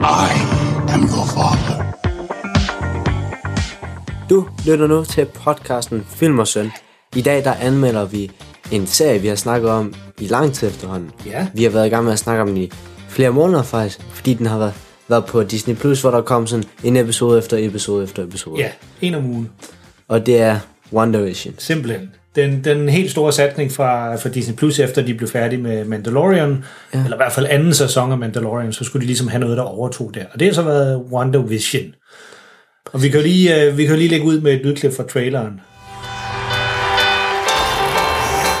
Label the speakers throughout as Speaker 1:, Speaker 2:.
Speaker 1: I am your father.
Speaker 2: Du lytter nu til podcasten Film og Søn. I dag der anmelder vi en serie, vi har snakket om i lang tid efterhånden.
Speaker 3: Ja.
Speaker 2: Vi har været i gang med at snakke om den i flere måneder faktisk, fordi den har været, været på Disney+, Plus, hvor der kom sådan en episode efter episode efter episode.
Speaker 4: Ja, en om ugen.
Speaker 2: Og det er Wonder Vision.
Speaker 4: Simpelthen. Den, den helt store satsning fra, fra Disney Plus, efter de blev færdige med Mandalorian, ja. eller i hvert fald anden sæson af Mandalorian, så skulle de ligesom have noget, der overtog der. Og det har så været Wonder Vision. Og vi kan jo lige, øh, vi kan jo lige lægge ud med et lydklip fra traileren.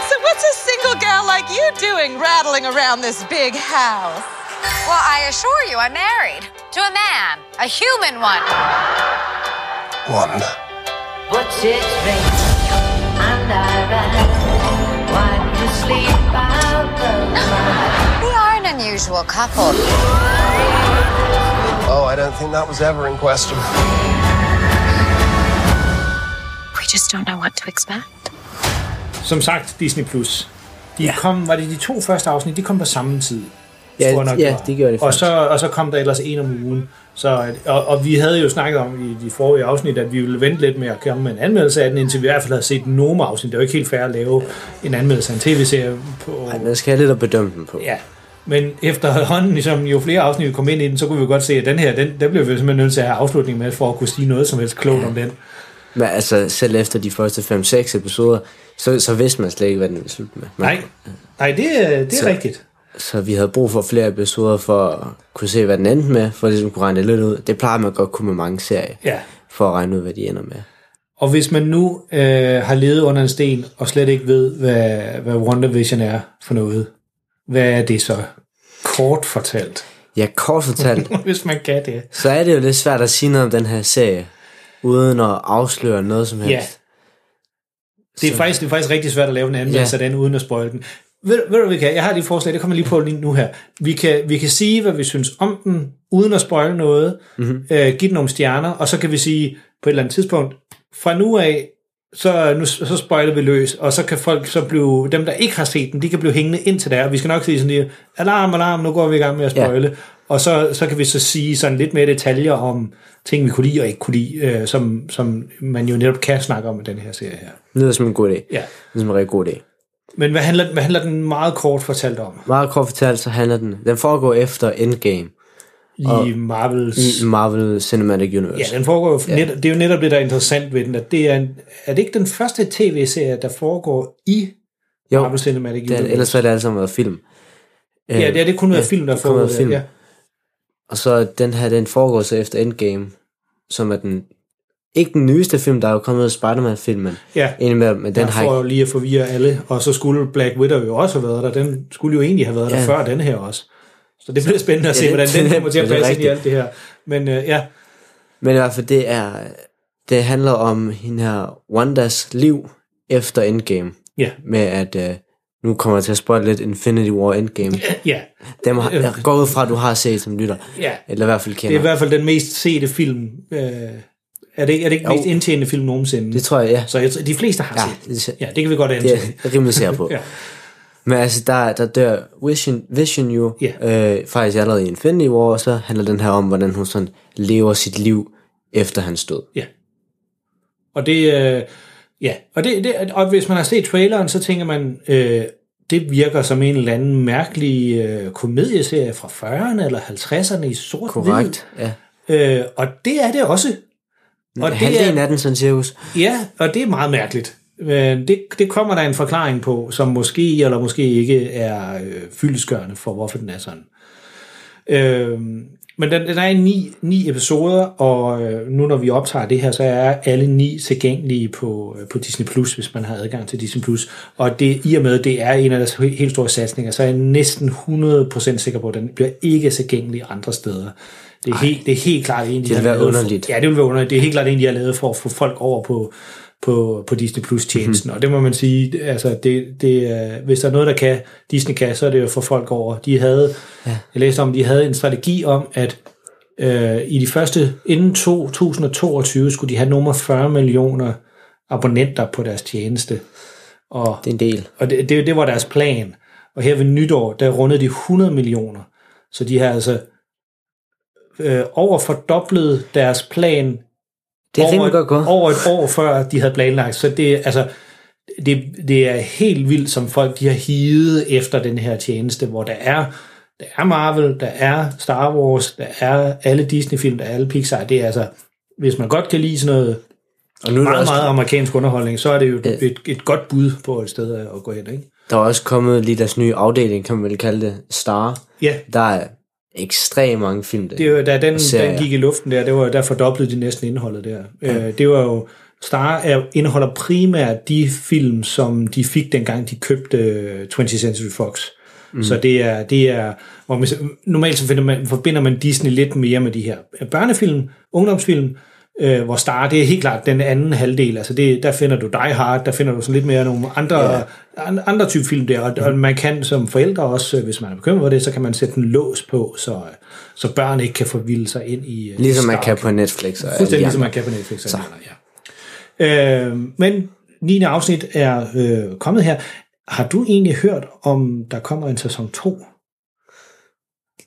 Speaker 5: So what's a single gal like you doing rattling around this big house? Well, I assure you I'm married to a man, a human one.
Speaker 1: One.
Speaker 6: What's it ring? And I ran. Wipe the sleep out of my
Speaker 5: We are an unusual couple.
Speaker 1: Oh, I don't think that was ever in question.
Speaker 6: We just don't know what to expect.
Speaker 4: Som sagt, Disney Plus. De ja. kom, var det de to første afsnit, de kom på samme tid.
Speaker 2: Ja,
Speaker 4: tror jeg nok,
Speaker 2: ja,
Speaker 4: var.
Speaker 2: det gjorde det
Speaker 4: og
Speaker 2: faktisk.
Speaker 4: så, og så kom der ellers en om ugen. Så, og, og vi havde jo snakket om i de forrige afsnit, at vi ville vente lidt med at komme med en anmeldelse af den, indtil vi i hvert fald havde set nogle afsnit. Det er jo ikke helt fair at lave en anmeldelse af en tv-serie på...
Speaker 2: Ej, men jeg skal have lidt at bedømme den på.
Speaker 4: Ja. Men efterhånden, ligesom, jo flere afsnit vi kom ind i den, så kunne vi godt se, at den her, den, der blev vi simpelthen nødt til at have afslutning med, for at kunne sige noget som helst klogt om den.
Speaker 2: Men altså, selv efter de første 5-6 episoder, så, så vidste man slet ikke, hvad den ville slutte med. Man,
Speaker 4: Nej, Nej det, er- det er
Speaker 2: Så-
Speaker 4: så. rigtigt.
Speaker 2: Så vi havde brug for flere episoder for at kunne se, hvad den endte med, for at ligesom kunne regne det lidt ud. Det plejer man godt kunne med mange serier,
Speaker 4: Ja.
Speaker 2: for at regne ud, hvad de ender med.
Speaker 4: Og hvis man nu øh, har levet under en sten, og slet ikke ved, hvad, hvad WandaVision er for noget, hvad er det så? Kort fortalt,
Speaker 2: Ja, kort fortalt,
Speaker 4: hvis man kan det.
Speaker 2: så er det jo lidt svært at sige noget om den her serie, uden at afsløre noget som helst.
Speaker 4: Ja. Det er,
Speaker 2: Så-
Speaker 4: faktisk, det er faktisk rigtig svært at lave en anmeldelse
Speaker 2: Ja.
Speaker 4: ja. af den, uden at spoil den. Ved, ved du, hvad vi kan? Jeg har lige et forslag, det kommer lige på lige nu her. Vi kan, vi kan sige, hvad vi synes om den, uden at spoil noget,
Speaker 2: Mhm.
Speaker 4: mm-hmm. øh, give den nogle stjerner, og så kan vi sige på et eller andet tidspunkt, fra nu af, så, nu, så spoiler vi løs, og så kan folk så blive, dem der ikke har set den, de kan blive hængende indtil der, og vi skal nok sige sådan lige, alarm, alarm, nu går vi i gang med at
Speaker 2: Ja.
Speaker 4: spoile, ja. og så, så kan vi så sige sådan lidt mere detaljer om ting, vi kunne lide og ikke kunne lide, øh, som, som man jo netop kan snakke om i den her serie her.
Speaker 2: Det lyder som en god idé. Det
Speaker 4: Ja.
Speaker 2: lyder som en rigtig god idé.
Speaker 4: Men hvad handler, hvad handler den meget kort fortalt om
Speaker 2: Meget kort fortalt, så handler den... Den foregår efter Endgame
Speaker 4: i Marvels...
Speaker 2: i Marvel Cinematic Universe.
Speaker 4: Ja, den foregår jo... Net, det er jo netop det, der er interessant ved den, at det er, en, er det ikke den første tv-serie, der foregår i
Speaker 2: jo,
Speaker 4: Marvel Cinematic
Speaker 2: den,
Speaker 4: Universe?
Speaker 2: ellers har det altså været film.
Speaker 4: Ja, det er det kun været
Speaker 2: ja,
Speaker 4: film, der
Speaker 2: det kun
Speaker 4: foregår.
Speaker 2: været film.
Speaker 4: Ja.
Speaker 2: Og så den her, den foregår så efter Endgame, som er den, ikke den nyeste film, der er jo kommet ud af Spider-Man-filmen.
Speaker 4: ja.
Speaker 2: Indimellem, men den
Speaker 4: Den
Speaker 2: har
Speaker 4: for
Speaker 2: ikke...
Speaker 4: lige at forvirre alle, og så skulle Black Widow jo også have været der. Den skulle jo egentlig have været der
Speaker 2: Ja.
Speaker 4: før den her også. Så det bliver spændende at se,
Speaker 2: Ja,
Speaker 4: hvordan
Speaker 2: det-
Speaker 4: den kommer til at
Speaker 2: det er
Speaker 4: passe ind i
Speaker 2: rigtigt.
Speaker 4: alt det her. Men øh, ja,
Speaker 2: Men i hvert fald, det er... Det handler om hende her Wandas liv efter Endgame.
Speaker 4: ja,
Speaker 2: Med at... Øh, nu kommer jeg til at spoil lidt Infinity War Endgame.
Speaker 4: ja,
Speaker 2: Dem har, jeg går ud fra, at du har set som lytter.
Speaker 4: ja.
Speaker 2: Eller i hvert fald
Speaker 4: Det er
Speaker 2: kender.
Speaker 4: i
Speaker 2: Det,
Speaker 4: hvert fald den mest sete film. Øh, er, det, er det ikke den
Speaker 2: Jo.
Speaker 4: mest indtjenende film nogensinde?
Speaker 2: det tror jeg, ja.
Speaker 4: Så jeg, tror- de fleste har
Speaker 2: Ja,
Speaker 4: set
Speaker 2: det-
Speaker 4: det. Ja, det kan vi godt
Speaker 2: Det
Speaker 4: antage.
Speaker 2: er jeg rimelig sikker på.
Speaker 4: Ja.
Speaker 2: Men altså, der, der dør Vision, Vision jo yeah. øh, faktisk allerede i Infinity War, og så handler den her om, hvordan hun sådan lever sit liv efter hans død.
Speaker 4: ja. Og det, øh, ja. Og, det, det, og hvis man har set traileren, så tænker man, øh, det virker som en eller anden mærkelig øh, komedieserie fra 40'erne eller 50'erne i sort
Speaker 2: Korrekt, ja.
Speaker 4: Øh, og det er det også. Og
Speaker 2: Halvdelen af den, sådan cirkus.
Speaker 4: Ja, og det er meget mærkeligt. Men det, det kommer der en forklaring på, som måske eller måske ikke er øh, fyldesgørende for, hvorfor den er sådan. Øh, Men den, den er i ni, ni episoder, og øh, nu når vi optager det her, så er alle ni tilgængelige på, øh, på Disney+, Plus, hvis man har adgang til Disney+. Plus. Og det, i og med, det er en af deres he- helt store satsninger, så er jeg næsten 100% sikker på, at den bliver ikke tilgængelig andre steder. Det er, helt, det er helt klart en, de
Speaker 2: Det ville
Speaker 4: har
Speaker 2: være
Speaker 4: lavet
Speaker 2: underligt.
Speaker 4: For, ja, det vil være underligt. Det er helt klart en, de har lavet for at få folk over på, på, på Disney Plus-tjenesten. Mm. Og det må man sige, altså det, det, er- hvis der er noget, der kan, Disney kan, så er det jo for folk over. De havde, ja. jeg læste om, de havde en strategi om, at øh, i de første, inden 2022, skulle de have nummer 40 millioner abonnenter på deres tjeneste. Og, det
Speaker 2: er en del.
Speaker 4: Og det, det, det var deres plan. Og her ved nytår, der rundede de 100 millioner. Så de har altså øh, over fordoblet deres plan
Speaker 2: Det er
Speaker 4: over,
Speaker 2: rimelig godt gået.
Speaker 4: over et år før de havde planlagt. Så det, er- altså, det, det er helt vildt, som folk de har higet efter den her tjeneste, hvor der er, der er Marvel, der er Star Wars, der er alle Disney-film, der er alle Pixar. Det er altså, hvis man godt kan lide sådan noget
Speaker 2: og nu er der
Speaker 4: meget,
Speaker 2: også-
Speaker 4: meget amerikansk underholdning, så er det jo et, et, et godt bud på et sted at gå hen, ikke?
Speaker 2: Der er også kommet lige deres nye afdeling, kan man vel kalde det, Star.
Speaker 4: Ja.
Speaker 2: Der er ekstremt mange film der.
Speaker 4: Det var, da den,
Speaker 2: Serier.
Speaker 4: den gik i luften der, det var, der fordoblede de næsten indholdet der. Ja. Øh, det var jo, Star er, indeholder primært de film, som de fik dengang, de købte øh, 20th Century Fox. Mm.
Speaker 7: Mm.
Speaker 4: Så det er, det er hvor man, normalt så finder man, forbinder man Disney lidt mere med de her øh, børnefilm, ungdomsfilm, øh, hvor Star, det er helt klart den anden halvdel. Altså det, der finder du Die Hard, der finder du sådan lidt mere nogle andre,
Speaker 2: Ja. Mhm.
Speaker 4: an- andre type film der, og, og man kan som forældre også, øh, hvis man er bekymret for det, så kan man sætte en lås på, så, øh, så børn ikke kan forvilde sig ind i øh,
Speaker 2: Ligesom man
Speaker 4: Star.
Speaker 2: kan på Netflix. Og alle de
Speaker 4: Fuldstændig ligesom
Speaker 2: andre.
Speaker 4: man kan på Netflix. og alle andre, ja. Øh, men 9. afsnit er øh, kommet her. Har du egentlig hørt, om der kommer en sæson 2?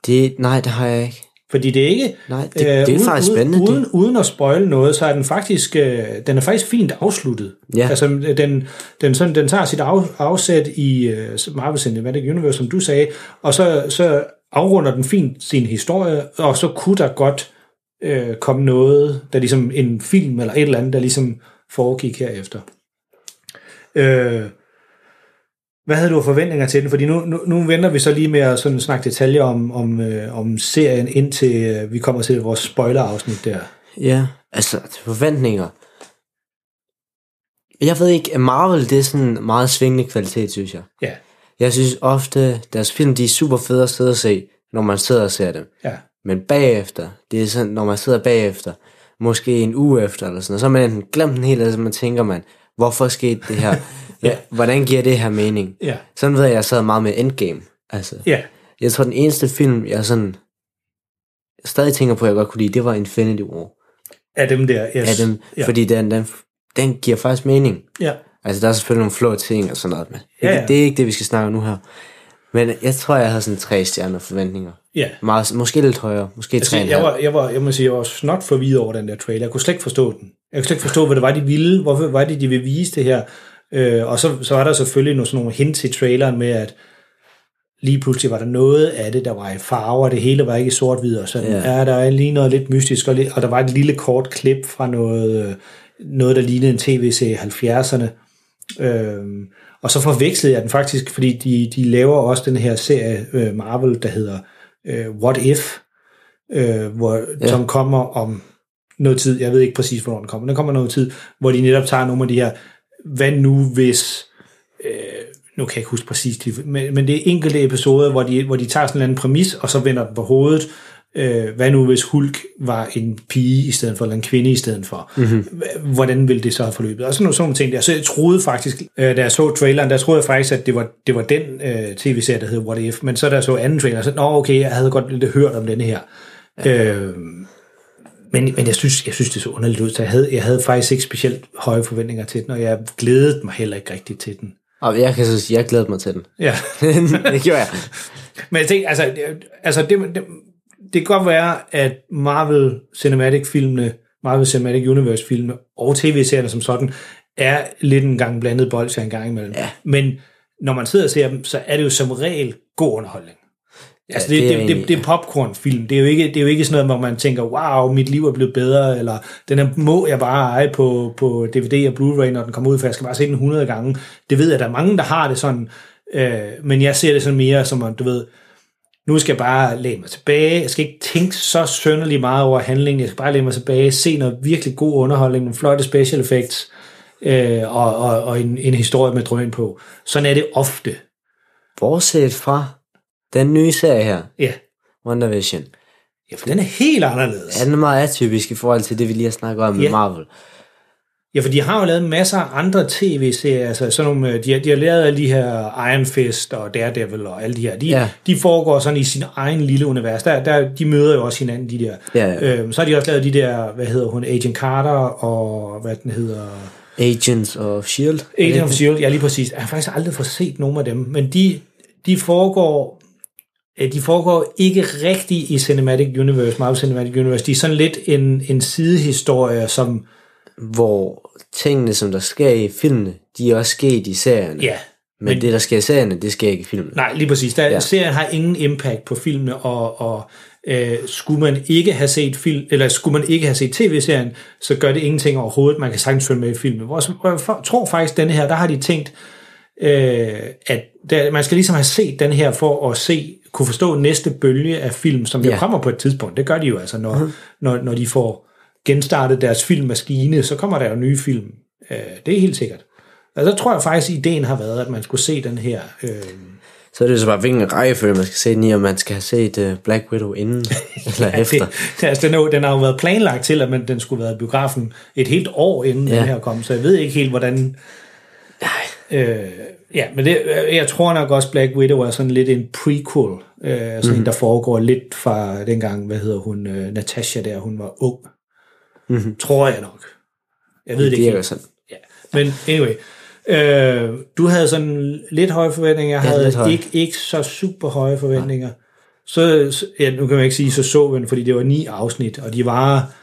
Speaker 2: Det, nej, det har jeg ikke.
Speaker 4: Fordi det er ikke... øh,
Speaker 2: Nej, det, det er faktisk spændende.
Speaker 4: Uden,
Speaker 2: det.
Speaker 4: uden at spoile noget, så er den faktisk, øh, den er faktisk fint afsluttet.
Speaker 2: Ja.
Speaker 4: Altså, den, den, sådan, den tager sit af, afsæt i øh, Marvel Cinematic Universe, som du sagde, og så, så afrunder den fint sin historie, og så kunne der godt øh, komme noget, der ligesom en film eller et eller andet, der ligesom foregik herefter. Øh, hvad havde du af forventninger til den? Fordi nu, nu, nu venter vi så lige med at sådan snakke detaljer om, om, øh, om serien, indtil øh, vi kommer til vores spoiler-afsnit der.
Speaker 2: Ja, altså forventninger. Jeg ved ikke, at Marvel det er sådan en meget svingende kvalitet, synes jeg.
Speaker 4: Ja.
Speaker 2: Jeg synes ofte, deres film de er super fede at sidde og se, når man sidder og ser dem.
Speaker 4: Ja.
Speaker 2: Men bagefter, det er sådan, når man sidder bagefter, måske en uge efter eller sådan noget, så har man enten glemt den helt, eller så man tænker man, hvorfor skete det her? ja. Hvordan giver det her mening?
Speaker 4: Ja.
Speaker 2: Sådan ved jeg, jeg sad meget med Endgame. Altså,
Speaker 4: Ja.
Speaker 2: Jeg tror, den eneste film, jeg sådan stadig tænker på, jeg godt kunne lide, det var Infinity War.
Speaker 4: Af dem der, yes.
Speaker 2: Af dem,
Speaker 4: Ja.
Speaker 2: Fordi den, den, den giver faktisk mening.
Speaker 4: Ja.
Speaker 2: Altså, der er selvfølgelig nogle flå ting og sådan noget, men
Speaker 4: Ja,
Speaker 2: ja,
Speaker 4: ja.
Speaker 2: ja. det er ikke det, vi skal snakke om nu her. Men jeg tror, jeg havde sådan tre stjerner forventninger.
Speaker 4: Ja.
Speaker 2: Meget, måske lidt højere, måske
Speaker 4: Altså,
Speaker 2: altså, tre
Speaker 4: jeg, var, jeg, var, jeg må sige, jeg var snot forvirret over den der trailer. Jeg kunne slet ikke forstå den. Jeg kunne slet ikke forstå, hvad det var, de ville. Hvorfor var det, de ville vise det her? Øh, og så, så var der selvfølgelig nogle, sådan nogle hints i traileren med, at lige pludselig var der noget af det, der var i farver. Det hele var ikke i sort-hvid og sådan.
Speaker 2: Ja.
Speaker 4: Ja. ja, der er lige noget lidt mystisk. Og, lidt, og der var et lille kort klip fra noget, øh, noget der lignede en tv-serie i 70'erne. Øhm, og så forvekslede jeg den faktisk, fordi de, de laver også den her serie øh, Marvel, der hedder øh, What If, øh, hvor, ja.
Speaker 2: Ja.
Speaker 4: som kommer om noget tid. Jeg ved ikke præcis, hvornår den kommer. men Den kommer noget tid, hvor de netop tager nogle af de her, hvad nu hvis... Øh, nu kan jeg ikke huske præcis, de- men, men det er enkelte episoder, hvor de, hvor de tager sådan en eller anden præmis, og så vender den på hovedet. Øh, hvad nu hvis Hulk var en pige i stedet for, eller en kvinde i stedet for?
Speaker 2: Mhm.
Speaker 4: Hva- hvordan ville det så have forløbet? Og sådan nogle, sådan nogle ting der. Så jeg troede faktisk, øh, da jeg så traileren, der troede jeg faktisk, at det var, det var den øh, tv-serie, der hed What If. Men så da jeg så anden trailer, så nå okay, jeg havde godt lidt hørt om den her. Ja. Øh, men, men jeg synes, jeg synes, det så underligt ud, så jeg havde, jeg havde faktisk ikke specielt høje forventninger til den, og jeg glædede mig heller ikke rigtigt til den.
Speaker 2: Og jeg kan så sige, jeg glædede mig til den.
Speaker 4: Ja.
Speaker 2: det gjorde jeg.
Speaker 4: Men jeg tænkte, altså, det- altså det, det, det kan godt være, at Marvel Cinematic-filmene, Marvel Cinematic Universe-filmene og tv-serierne som sådan, er lidt en gang blandet bolsjer en gang imellem. Ja. Men når man sidder og ser dem, så er det jo som regel god underholdning. Altså,
Speaker 2: Ja,
Speaker 4: det,
Speaker 2: det er
Speaker 4: det, det, det,
Speaker 2: egentlig-
Speaker 4: det er popcornfilm. Det er, jo ikke, det er jo ikke sådan noget, hvor man tænker, wow, mit liv er blevet bedre, eller den her må jeg bare eje på, på DVD og Blu-ray, når den kommer ud, for jeg skal bare se den 100 gange. Det ved jeg, der er mange, der har det sådan, øh, men jeg ser det sådan mere som, om, du ved, nu skal jeg bare læne mig tilbage, jeg skal ikke tænke så sønderlig meget over handlingen, jeg skal bare læne mig tilbage, se noget virkelig god underholdning, nogle flotte special effects, øh, og, og, og en, en historie med drøn på. Sådan er det ofte.
Speaker 2: Bortset fra den nye serie her,
Speaker 4: Ja,
Speaker 2: Wonder Vision.
Speaker 4: ja for den er helt anderledes.
Speaker 2: Ja, den er meget atypisk i forhold til det, vi lige har snakket om med
Speaker 4: Ja.
Speaker 2: Marvel.
Speaker 4: Ja, for de har jo lavet masser af andre tv-serier, altså sådan nogle, øh, de, har, de har lavet alle de her Iron Fist og Daredevil og alle de her. De,
Speaker 2: Ja.
Speaker 4: ja. de foregår sådan i sin egen lille univers. Der, der, de møder jo også hinanden, de der.
Speaker 2: Ja, ja.
Speaker 4: Øhm, så har de også lavet de der, hvad hedder hun, Agent Carter og hvad den hedder...
Speaker 2: Agents of S.H.I.E.L.D.
Speaker 4: Agent of S.H.I.E.L.D., ja lige præcis. Jeg har faktisk aldrig fået set nogen af dem, men de, de foregår øh, de foregår ikke rigtig i Cinematic Universe, Marvel Cinematic Universe. De er sådan lidt en, en sidehistorie, som...
Speaker 2: Hvor tingene, som der sker i filmene, de er også sket i serierne.
Speaker 4: Ja,
Speaker 2: Men, men det, der sker i serierne, det sker ikke i filmene.
Speaker 4: Nej, lige præcis. Der,
Speaker 2: Ja.
Speaker 4: ja. Serien har ingen impact på filmene, og, og øh, skulle man ikke have set film, eller skulle man ikke have set tv-serien, så gør det ingenting overhovedet. Man kan sagtens følge med i filmen. Hvor, hvor jeg for- tror faktisk, denne her, der har de tænkt, øh, at der, man skal ligesom have set den her for at se, kunne forstå næste bølge af film, som jo
Speaker 2: Ja. Mhm.
Speaker 4: kommer på et tidspunkt. Det gør de jo altså, når, mm. når, når de får genstartet deres filmmaskine, så kommer der jo nye film. Øh, det er helt sikkert. Og der tror jeg faktisk, at ideen har været, at man skulle se den her... Øh,
Speaker 2: Så er det jo så bare, hvilken rækkefølge man skal se den i, om man skal have set uh, Black Widow inden eller
Speaker 4: Ja,
Speaker 2: efter.
Speaker 4: Det, altså, den, er jo, den har jo været planlagt til, at man, den skulle være i biografen et helt år inden
Speaker 2: Ja.
Speaker 4: ja. den her kom, så jeg ved ikke helt, hvordan... Øh, ja, men det, øh, jeg tror nok også, Black Widow er sådan lidt en prequel, øh, sådan
Speaker 2: Mhm.
Speaker 4: mm-hmm. en, der foregår lidt fra dengang, hvad hedder hun, øh, Natasha der, hun var ung.
Speaker 2: Mhm.
Speaker 4: Tror jeg nok. Jeg ved det,
Speaker 2: det
Speaker 4: ikke
Speaker 2: virker
Speaker 4: helt.
Speaker 2: sådan.
Speaker 4: Men anyway, øh, du havde sådan lidt høje forventninger, jeg
Speaker 2: Ja,
Speaker 4: havde
Speaker 2: lidt høje.
Speaker 4: ikke, ikke så super høje forventninger. Så, så- ja, nu kan man ikke sige, så så vi den, fordi det var ni afsnit, og de var,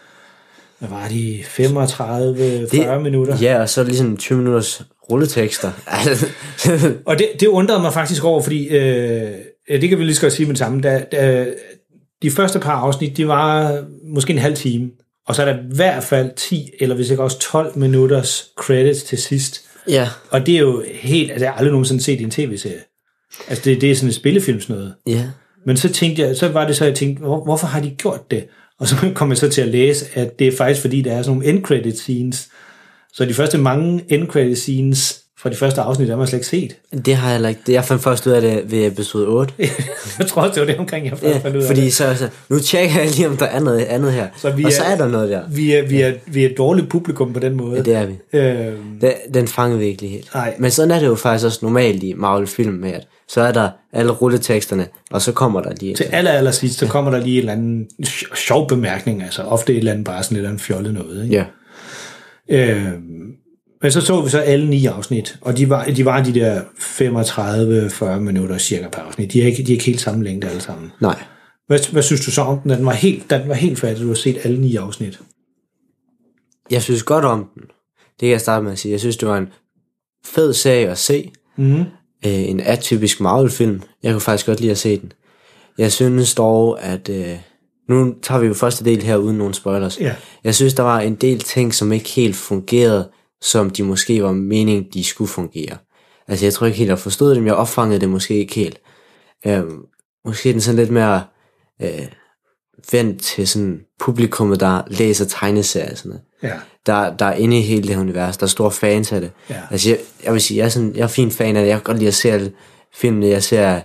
Speaker 4: hvad var de, 35, 40 det, minutter?
Speaker 2: Ja, og så ligesom 20 minutters rulletekster. Altså,
Speaker 4: Og det, det undrede mig faktisk over, fordi, øh, ja, det kan vi lige så godt sige med det samme, da, da, de første par afsnit, de var måske en halv time, og så er der i hvert fald 10, eller hvis ikke også 12 minutters credits til sidst,
Speaker 2: ja,
Speaker 4: Og det er jo helt, altså jeg har aldrig nogensinde set i en tv-serie. Altså det, det er sådan et spillefilm sådan noget.
Speaker 2: ja.
Speaker 4: Men så tænkte jeg, så var det så, jeg tænkte, hvor, hvorfor har de gjort det? Og så kom jeg så til at læse, at det er faktisk fordi, der er sådan nogle end credit scenes. Så de første mange end credit scenes fra de første afsnit, der har man slet ikke set.
Speaker 2: Det har jeg heller ikke. Jeg fandt først ud af det ved episode 8.
Speaker 4: jeg tror også, det var det omkring, jeg først fandt ud
Speaker 2: Ja,
Speaker 4: af
Speaker 2: fordi
Speaker 4: det.
Speaker 2: så, så, nu tjekker jeg lige, om der er noget andet her.
Speaker 4: Så vi
Speaker 2: og
Speaker 4: er-
Speaker 2: så er der noget der.
Speaker 4: Vi er, vi, er, vi er et dårligt publikum på den måde.
Speaker 2: Ja, det er vi.
Speaker 4: Øhm,
Speaker 2: Den, den fanger vi ikke lige helt.
Speaker 4: Nej.
Speaker 2: Men sådan er det jo faktisk også normalt i Marvel-film med, at så er der alle rulleteksterne, og så kommer der lige...
Speaker 4: til aller, aller sidst, så kommer der lige en eller anden sj- sjov bemærkning, altså ofte et eller andet bare sådan et eller andet fjollet noget. Ikke?
Speaker 2: Ja.
Speaker 4: Øh, men så så vi så alle ni afsnit, og de var de, var de der 35-40 minutter cirka per afsnit. De er ikke, de er ikke helt samme længde alle sammen.
Speaker 2: Nej.
Speaker 4: Hvad, hvad synes du så om den? at Den var helt, den var helt færdig, du har set alle ni afsnit.
Speaker 2: Jeg synes godt om den. Det kan jeg starte med at sige. Jeg synes, det var en fed serie at se.
Speaker 4: Mm.
Speaker 2: øh, en atypisk Marvel-film. Jeg kunne faktisk godt lide at se den. Jeg synes dog, at... Øh, nu tager vi jo første del her uden nogen spoilers.
Speaker 4: Ja.
Speaker 2: Jeg synes, der var en del ting, som ikke helt fungerede, som de måske var meningen, de skulle fungere. Altså, jeg tror ikke helt, jeg forstod dem. Jeg opfangede det måske ikke helt. Øh, måske er den sådan lidt mere øh, vendt til sådan publikummet, der læser tegneserier. og Sådan noget
Speaker 4: Ja.
Speaker 2: der, der er inde i hele det her univers. Der er store fans af det.
Speaker 4: Ja.
Speaker 2: Altså, jeg, jeg vil sige, jeg er, sådan, jeg er fin fan af det. Jeg kan godt lide at se alle filmene. Jeg ser,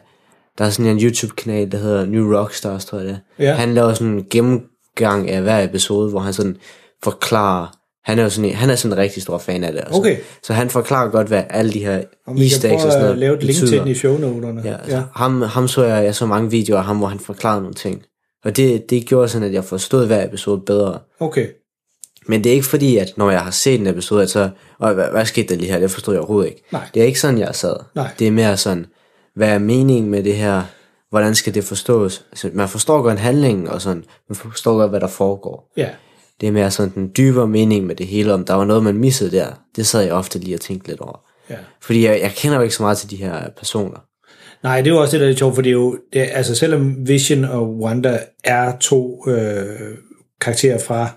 Speaker 2: der er sådan en YouTube-kanal, der hedder New Rockstars, tror jeg det er.
Speaker 4: Ja.
Speaker 2: Han laver sådan en gennemgang af hver episode, hvor han sådan forklarer... Han er jo sådan en, han er sådan en rigtig stor fan af det. og
Speaker 4: Okay.
Speaker 2: Så, så han forklarer godt, hvad alle de her
Speaker 4: Om vi kan
Speaker 2: easter eggs og sådan
Speaker 4: prøve
Speaker 2: noget
Speaker 4: at lave et link til
Speaker 2: betyder.
Speaker 4: den i shownoterne.
Speaker 2: Ja, altså, ja. Ham, ham så jeg, jeg så mange videoer af ham, hvor han forklarede nogle ting. Og det, det gjorde sådan, at jeg forstod hver episode bedre.
Speaker 4: Okay.
Speaker 2: Men det er ikke fordi, at når jeg har set en episode, at så, og hvad, hvad skete der lige her, det forstod jeg overhovedet ikke.
Speaker 4: Nej.
Speaker 2: Det er ikke sådan, jeg sad.
Speaker 4: Nej.
Speaker 2: Det er mere sådan, hvad er meningen med det her? Hvordan skal det forstås? Altså, man forstår godt handlingen og sådan, man forstår godt, hvad der foregår.
Speaker 4: Ja.
Speaker 2: Det er mere sådan den dybere mening med det hele, om der var noget, man missede der. Det sad jeg ofte lige og tænkte lidt over.
Speaker 4: ja.
Speaker 2: Fordi jeg, jeg kender jo ikke så meget til de her personer.
Speaker 4: Nej, det er jo også det, der er lidt sjovt, for det er jo, det, er- altså selvom Vision og Wanda er to øh, karakterer fra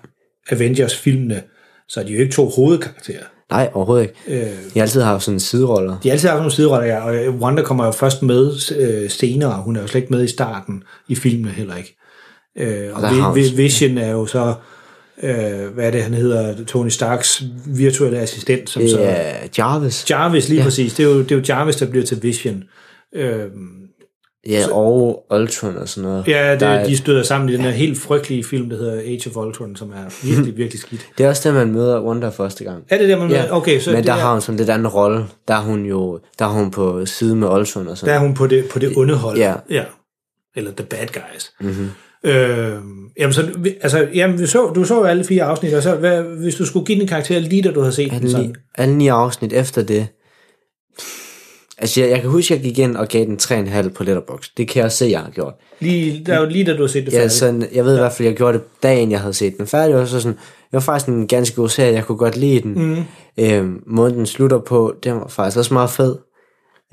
Speaker 4: Avengers-filmene, så er de jo ikke to hovedkarakterer.
Speaker 2: Nej, overhovedet ikke. Øh, de har altid haft sådan sideroller.
Speaker 4: De har altid haft nogle sideroller, ja, og øh, Wanda kommer jo først med øh, senere. Hun er jo slet ikke med i starten i filmen heller ikke. Øh, og,
Speaker 2: der
Speaker 4: og
Speaker 2: har hun-
Speaker 4: Vi- Vi- Vision er jo så, øh, hvad er det, han hedder, Tony Starks virtuelle assistent. Som
Speaker 2: Det
Speaker 4: så,
Speaker 2: er Jarvis.
Speaker 4: Jarvis, lige ja. præcis. Det er, jo, det er jo Jarvis, der bliver til Vision. Øh,
Speaker 2: Ja, og Ultron og sådan noget.
Speaker 4: ja, det,
Speaker 2: Der er-
Speaker 4: de støder sammen i den her helt frygtelige film, der hedder Age of Ultron, som er virkelig, virkelig skidt.
Speaker 2: Det er også der, man møder Wanda første gang.
Speaker 4: Er det der, man møder- okay, så
Speaker 2: men
Speaker 4: det
Speaker 2: der
Speaker 4: er-
Speaker 2: har hun sådan lidt anden rolle. Der er hun jo der er hun på side med Olsson og sådan
Speaker 4: Der er hun på det, på det underhold.
Speaker 2: Ja.
Speaker 4: ja. Eller The Bad Guys.
Speaker 2: Mm-hmm.
Speaker 4: Øh, jamen, så, vi- altså, jamen, vi så, du så jo alle fire afsnit, og så, hvad, hvis du skulle give den en karakter lige da du havde set den,
Speaker 2: Alle, ni,
Speaker 4: sådan,
Speaker 2: alle ni afsnit efter det... Altså, jeg, jeg kan huske, at jeg gik ind og gav den 3,5 på Letterboxd. Det kan jeg også se, jeg har gjort.
Speaker 4: lige, der, er jo lige da du havde set det
Speaker 2: Ja,
Speaker 4: færdigt.
Speaker 2: sådan, jeg ved i hvert fald, jeg gjorde det dagen, jeg havde set den færdig, og så sådan, det var faktisk en ganske god serie, jeg kunne godt lide den.
Speaker 4: Mhm.
Speaker 2: Øhm, måden, den slutter på, det var faktisk også meget fed.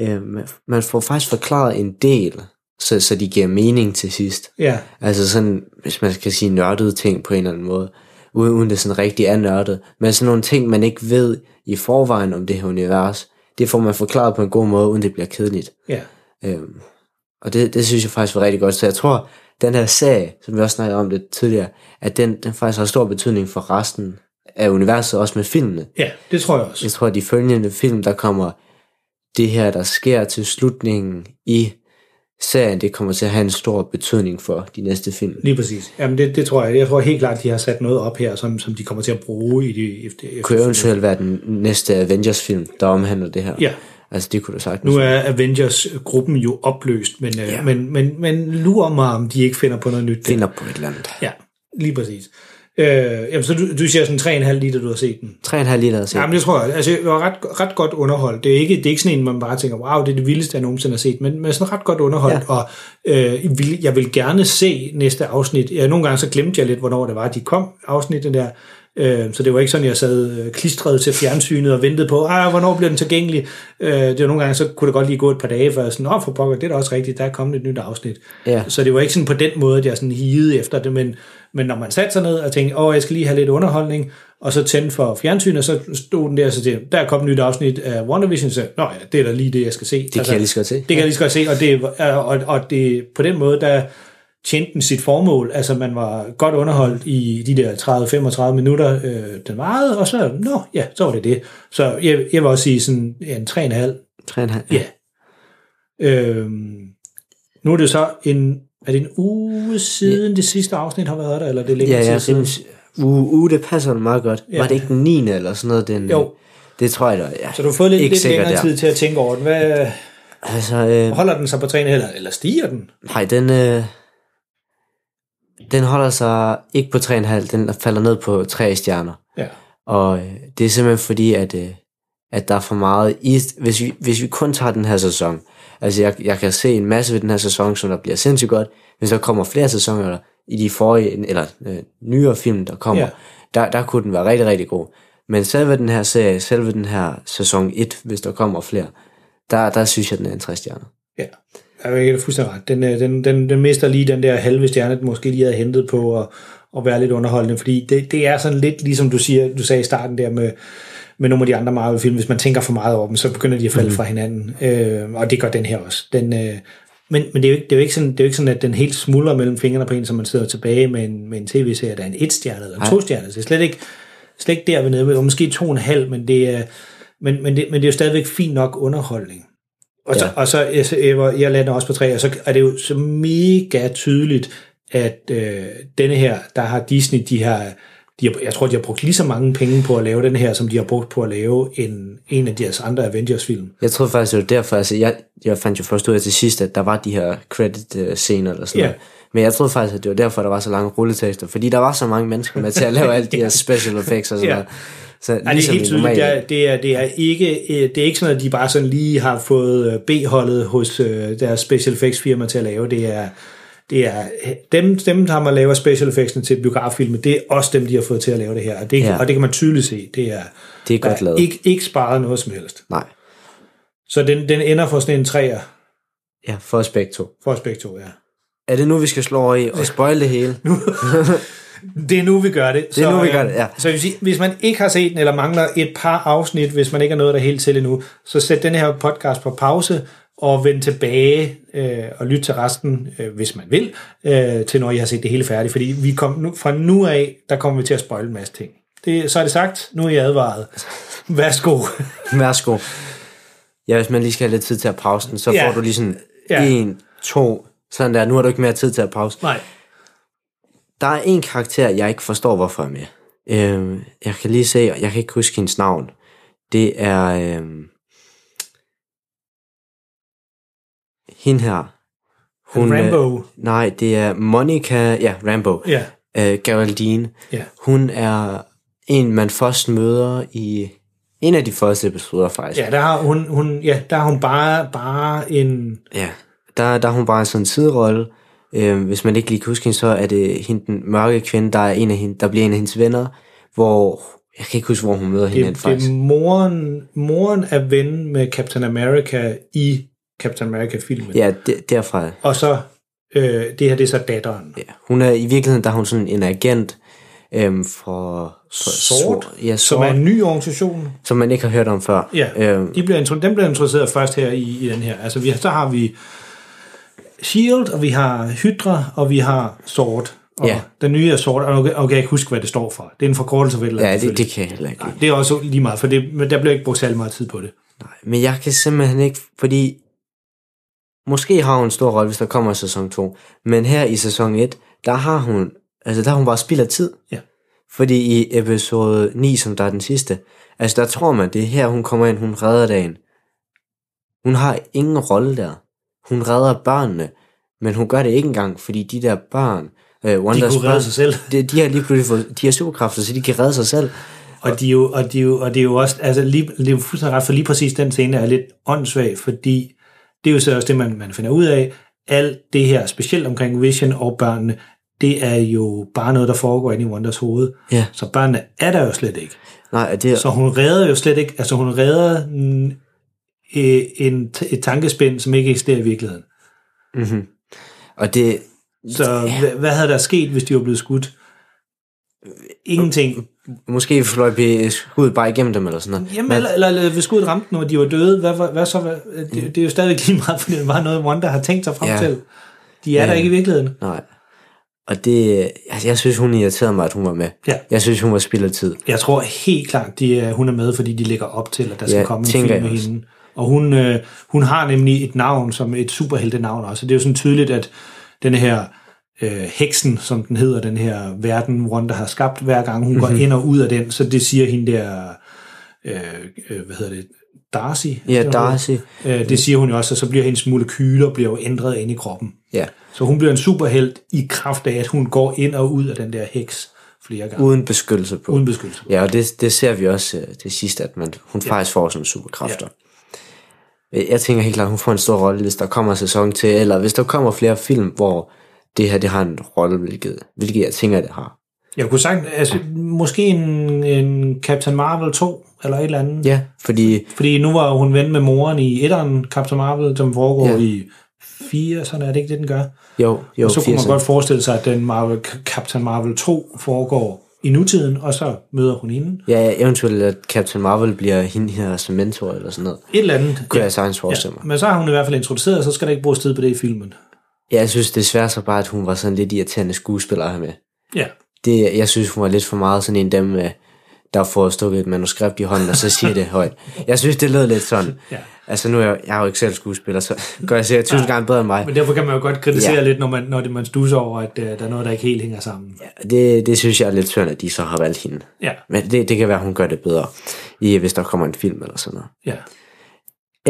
Speaker 2: Øhm, man får faktisk forklaret en del, så, så de giver mening til sidst.
Speaker 4: Ja.
Speaker 2: Altså sådan, hvis man skal sige nørdede ting på en eller anden måde, uden, uden det sådan rigtig er nørdet. Men sådan nogle ting, man ikke ved i forvejen om det her univers, det får man forklaret på en god måde, uden det bliver kedeligt.
Speaker 4: Ja.
Speaker 2: Øhm, og det, det synes jeg faktisk var rigtig godt. Så jeg tror, den her sag, som vi også snakkede om lidt tidligere, at den, den faktisk har stor betydning for resten af universet, også med filmene.
Speaker 4: Ja, det tror jeg også.
Speaker 2: Jeg tror, at de følgende film, der kommer, det her, der sker til slutningen i serien, det kommer til at have en stor betydning for de næste film.
Speaker 4: Lige præcis. Jamen, det, det tror jeg. Jeg tror helt klart, de har sat noget op her, som, som de kommer til at bruge i de efter,
Speaker 2: Det
Speaker 4: efter.
Speaker 2: kunne eventuelt være den næste Avengers-film, der omhandler det her.
Speaker 4: Ja.
Speaker 2: Altså, det kunne du sagtens.
Speaker 4: Nu er Avengers-gruppen jo opløst, men, ja. men, men, men lurer mig, om de ikke finder på noget nyt.
Speaker 2: Finder på et eller andet.
Speaker 4: Ja, lige præcis. Øh, jamen, så du, du siger sådan 3,5 liter, du har set den.
Speaker 2: 3,5 liter at se.
Speaker 4: Jamen, det tror jeg. Altså, jeg var ret, ret godt underholdt. Det er, ikke, det er ikke sådan en, man bare tænker, wow, det er det vildeste, jeg nogensinde har set, men, men sådan ret godt underholdt, ja. og øh, vil- jeg vil gerne se næste afsnit. Ja, nogle gange så glemte jeg lidt, hvornår det var, de kom, afsnittet der, øh, så det var ikke sådan, jeg sad øh, klistret til fjernsynet og ventede på, ah, hvornår bliver den tilgængelig? Øh, det var nogle gange, så kunne det godt lige gå et par dage, før jeg sådan, åh, for pokker, det er da også rigtigt, der er kommet et nyt afsnit.
Speaker 2: Ja.
Speaker 4: Så det var ikke sådan på den måde, at jeg sådan higede efter det, men, men når man satte sig ned og tænkte, åh, jeg skal lige have lidt underholdning, og så tændte for fjernsynet, og så stod den der, så tænkte, jeg, der kom et nyt afsnit af WandaVision, så nå ja, det er da lige det, jeg skal se. Det
Speaker 2: kan jeg lige så godt se.
Speaker 4: Det kan jeg lige så godt se, og, det, var- og, og, og det, på den måde, der tjente den sit formål, altså man var godt underholdt i de der 30-35 minutter, øh, den varede, og så, nå ja, så var det det. Så jeg, jeg vil også sige sådan ja, en 3,5
Speaker 2: 3,5.
Speaker 4: Ja. Øhm, nu er det så en... Er det en uge siden ja. det sidste afsnit har været der, eller er det er længere
Speaker 2: Ja, ja,
Speaker 4: tid siden?
Speaker 2: rimelig. Uge, uge, det passer den meget godt.
Speaker 4: Ja.
Speaker 2: Ja. Var det ikke den 9. eller sådan noget? Den,
Speaker 4: Jo.
Speaker 2: Det tror jeg da. Ja,
Speaker 4: Så du har fået lidt,
Speaker 2: ikke
Speaker 4: lidt
Speaker 2: sikkert
Speaker 4: længere
Speaker 2: der.
Speaker 4: tid til at tænke over den. Hvad,
Speaker 2: Altså, øh,
Speaker 4: holder den sig på 3,5, eller, eller stiger den?
Speaker 2: nej, den, øh, den holder sig ikke på 3,5. Den falder ned på 3 stjerner.
Speaker 4: Ja.
Speaker 2: Og øh, det er simpelthen fordi, at, øh, at der er for meget i... Hvis vi, hvis vi kun tager den her sæson, altså jeg, jeg kan se en masse ved den her sæson, som der bliver sindssygt godt. Hvis der kommer flere sæsoner eller i de forrige, eller øh, nyere film, der kommer,
Speaker 4: Ja.
Speaker 2: ja. der, der kunne den være rigtig, rigtig god. Men selve den her serie, selve den her sæson 1, hvis der kommer flere, der, der synes jeg, den er en 3 stjerner.
Speaker 4: Ja, jeg vil ikke fuldstændig ret. Den, øh, den, den, den mister lige den der halve stjerne, den måske lige havde hentet på at, at være lidt underholdende, fordi det, det er sådan lidt ligesom du, siger, du sagde i starten der med, med nogle af de andre Marvel-film, hvis man tænker for meget over dem, så begynder de at falde mm. fra hinanden, øh, og det gør den her også. Den, øh, men, men det, er jo ikke, det, er jo ikke sådan, det er jo ikke sådan, at den helt smuldrer mellem fingrene på en, så man sidder tilbage med en, med en tv-serie, der er en et-stjerne eller en
Speaker 2: Ej.
Speaker 4: to-stjerne. Så det er slet ikke, slet ikke der ved nede, og måske to og en halv, men det, er, men, men, det, men det er jo stadigvæk fint nok underholdning. Og så, ja.
Speaker 2: Ja.
Speaker 4: og så jeg, jeg, jeg lander også på tre, og så er det jo så mega tydeligt, at øh, denne her, der har Disney, de har, de har, jeg tror, de har brugt lige så mange penge på at lave den her, som de har brugt på at lave en, en af deres andre Avengers-film.
Speaker 2: Jeg troede faktisk, det var derfor, altså jeg, jeg fandt jo først ud af til sidst, at der var de her credit-scener eller sådan
Speaker 4: Ja.
Speaker 2: yeah. noget. Men jeg troede faktisk, at det var derfor, der var så lange rulletekster, fordi der var så mange mennesker med til at lave alle de her special effects og sådan
Speaker 4: Ja.
Speaker 2: yeah. noget. Så ligesom
Speaker 4: Ligesom Ja, det er helt tydeligt.
Speaker 2: i
Speaker 4: Det
Speaker 2: normale-
Speaker 4: er, det, er, det, er ikke, øh, det er ikke sådan, at de bare sådan lige har fået øh, B-holdet hos øh, deres special effects firma til at lave. Det er, det er dem, dem, der har man laver special effectsene til biograffilmen, det er også dem, de har fået til at lave det her. Og det, ja.
Speaker 2: Ja.
Speaker 4: og det kan man tydeligt se. Det er,
Speaker 2: Det er godt
Speaker 4: der
Speaker 2: lavet.
Speaker 4: Ikke, ikke sparet noget som helst.
Speaker 2: Nej,
Speaker 4: Så den, den ender for sådan en træer
Speaker 2: ja, for os begge to.
Speaker 4: for os begge to, ja.
Speaker 2: Er det nu, vi skal slå over i og spoil det hele?
Speaker 4: Det er nu, vi gør det.
Speaker 2: Det er nu, vi gør det, ja.
Speaker 4: Så jeg vil sige, hvis man ikke har set den, eller mangler et par afsnit, hvis man ikke har nået der helt til endnu, så sæt den her podcast på pause, og vend tilbage øh, og lyt til resten, øh, hvis man vil, øh, til når I har set det hele færdigt. Fordi vi kom nu, fra nu af, der kommer vi til at spoil en masse ting. Det, så er det sagt, nu er I advaret. Værsgo.
Speaker 2: Værsgo. Ja, hvis man lige skal have lidt tid til at pause den, så
Speaker 4: Ja.
Speaker 2: får du lige sådan
Speaker 4: Ja.
Speaker 2: en, to, sådan der. Nu har du ikke mere tid til at pause.
Speaker 4: Nej.
Speaker 2: Der er en karakter, jeg ikke forstår, hvorfor er med. Øh, jeg kan lige se, jeg kan ikke huske hendes navn. Det er øh, hende her. øh,
Speaker 4: Rambo.
Speaker 2: nej, det er Monica, ja, Rambo.
Speaker 4: Ja.
Speaker 2: Øh, Geraldine.
Speaker 4: Ja.
Speaker 2: Hun er en, man først møder i en af de første episoder, faktisk.
Speaker 4: Ja, der har hun, hun, ja, der har hun bare, bare en...
Speaker 2: Ja, der, der er hun bare sådan en siderolle. Øhm, hvis man ikke lige kan huske hende, så er det hende, den mørke kvinde, der, er en af hende, der bliver en af hendes venner, hvor... Jeg kan ikke huske, hvor hun møder hende
Speaker 4: Det,
Speaker 2: hen,
Speaker 4: det
Speaker 2: faktisk.
Speaker 4: er moren, moren er ven med Captain America i Captain America-filmen.
Speaker 2: Ja, de, derfra.
Speaker 4: Og så, øh, det her det er så datteren.
Speaker 2: Ja. Hun er i virkeligheden, der er hun sådan en agent øhm, for, for
Speaker 4: Sort,
Speaker 2: ja,
Speaker 4: som
Speaker 2: sort,
Speaker 4: er en ny organisation.
Speaker 2: som man ikke har hørt om før.
Speaker 4: Ja,
Speaker 2: Øhm,
Speaker 4: de bliver, intro- dem bliver introduceret først her i, i den her. Altså, vi, så har vi S.H.I.E.L.D., E og vi har Hydra, og vi har S.W.O.R.D. Og
Speaker 2: Ja.
Speaker 4: den nye er S.W.O.R.D., og nu, kan- og kan jeg ikke huske, hvad det står for. Det er en forkortelse for et eller andet.
Speaker 2: ja, det,
Speaker 4: selvfølgelig.
Speaker 2: det kan jeg heller ikke.
Speaker 4: Nej, det er også lige meget, for det, men der bliver ikke brugt særlig meget tid på det.
Speaker 2: Men jeg kan simpelthen ikke, fordi måske har hun en stor rolle, hvis der kommer sæson 2, men her i sæson 1, der har hun, altså der har hun bare spild af tid.
Speaker 4: Ja.
Speaker 2: Fordi i episode 9, som der er den sidste, altså der tror man, det er her, hun kommer ind, hun redder dagen. Hun har ingen rolle der. Hun redder børnene, men hun gør det ikke engang, fordi de der børn, øh, Wandas
Speaker 4: kunne redde
Speaker 2: børn,
Speaker 4: sig selv.
Speaker 2: De, de har lige pludselig fået, de har superkræfter, så de kan redde sig selv.
Speaker 4: Og de er jo, og de er jo, og det er jo også, altså lige, det er jo fuldstændig ret, for lige præcis den scene er lidt åndssvag, fordi det er jo så også det, man, man finder ud af. Alt det her, specielt omkring Vision og børnene, det er jo bare noget, der foregår inde i Wonders hoved.
Speaker 2: Ja.
Speaker 4: Så børnene er der jo slet ikke.
Speaker 2: Nej, og det,
Speaker 4: Så hun redder jo slet ikke, altså hun redder mm, øh, en, t- et tankespind, som ikke eksisterer i virkeligheden.
Speaker 2: mm-hmm. og det,
Speaker 4: Så hva- hvad havde der sket, hvis de var blevet skudt? Ingenting.
Speaker 2: Måske fløj vi skuddet bare igennem dem eller sådan noget.
Speaker 4: Jamen,
Speaker 2: Men-
Speaker 4: eller, eller, eller hvis skuddet ramte dem, og de var døde, hvad, hvad, hvad så? Hvad, det, det er jo stadigvæk lige meget, fordi det var noget, Wanda har tænkt sig frem
Speaker 2: Mm. Ja.
Speaker 4: ja. til. De er ja. der
Speaker 2: Ja.
Speaker 4: ikke i virkeligheden.
Speaker 2: Nej. Og det... Altså, jeg synes, hun irriterede mig, at hun var med.
Speaker 4: Ja.
Speaker 2: Jeg synes, hun var spild af tid.
Speaker 4: Jeg tror helt klart, de, er- hun er med, fordi de lægger op til, at der skal
Speaker 2: Ja,
Speaker 4: komme en film
Speaker 2: tænker
Speaker 4: med
Speaker 2: jeg også.
Speaker 4: hende. Og hun, øh, hun har nemlig et navn, som et superheltenavn også. Det er jo sådan tydeligt, at den her øh, heksen, som den hedder, den her verden, Wanda har skabt, hver gang hun
Speaker 2: Mhm.
Speaker 4: går ind og ud af den, så det siger hende der, øh, øh, hvad hedder det, Darcy?
Speaker 2: Ja,
Speaker 4: Det var det.
Speaker 2: Darcy.
Speaker 4: Øh, det siger hun jo også, og så bliver hendes molekyler bliver jo ændret ind i kroppen.
Speaker 2: Ja.
Speaker 4: Så hun bliver en superhelt i kraft af, at hun går ind og ud af den der heks flere gange.
Speaker 2: Uden beskyttelse på.
Speaker 4: Uden beskyttelse.
Speaker 2: Ja, og det, det ser vi også øh, til sidst, at man, hun ja. faktisk får sådan superkræfter. Ja. Jeg tænker helt klart, hun får en stor rolle, hvis der kommer sæson til, eller hvis der kommer flere film, hvor det her det har en rolle, hvilket, hvilket jeg tænker, det har.
Speaker 4: Jeg kunne sagt, altså, måske en, en Captain Marvel 2, eller et eller andet.
Speaker 2: Ja, fordi
Speaker 4: Fordi nu var hun ven med moren i etteren Captain Marvel, som foregår
Speaker 2: Ja.
Speaker 4: ja. i 80'erne, er det ikke det, den gør?
Speaker 2: jo, jo,
Speaker 4: og så kunne man
Speaker 2: 80'erne.
Speaker 4: godt forestille sig, at den Marvel, Captain Marvel 2 foregår i nutiden, og så møder hun hende.
Speaker 2: Ja, eventuelt, at Captain Marvel bliver hende her som mentor eller sådan noget.
Speaker 4: Et eller andet.
Speaker 2: Kunne jeg sagtens forestille mig.
Speaker 4: Men så har hun i hvert fald introduceret, og så skal der ikke bruges tid på det i filmen.
Speaker 2: Ja, jeg synes desværre så bare, at hun var sådan lidt irriterende skuespiller her med.
Speaker 4: Ja.
Speaker 2: Det, jeg synes, hun var lidt for meget sådan en af dem, øh, der får stukket et manuskript i hånden, og så siger det højt. Jeg synes, det lød lidt sådan.
Speaker 4: Ja.
Speaker 2: Altså nu er jeg, jeg er jo ikke selv skuespiller, så gør jeg sikkert tusind gange bedre end mig.
Speaker 4: Men derfor kan man jo godt kritisere
Speaker 2: Ja.
Speaker 4: ja. lidt, når man, når det, man stusser over, at uh, der er noget, der ikke helt hænger sammen. Ja.
Speaker 2: Det, det synes jeg er lidt synd, at de så har valgt hende.
Speaker 4: Ja.
Speaker 2: Men det, det kan være, hun gør det bedre, i, hvis der kommer en film eller sådan noget.
Speaker 4: ja.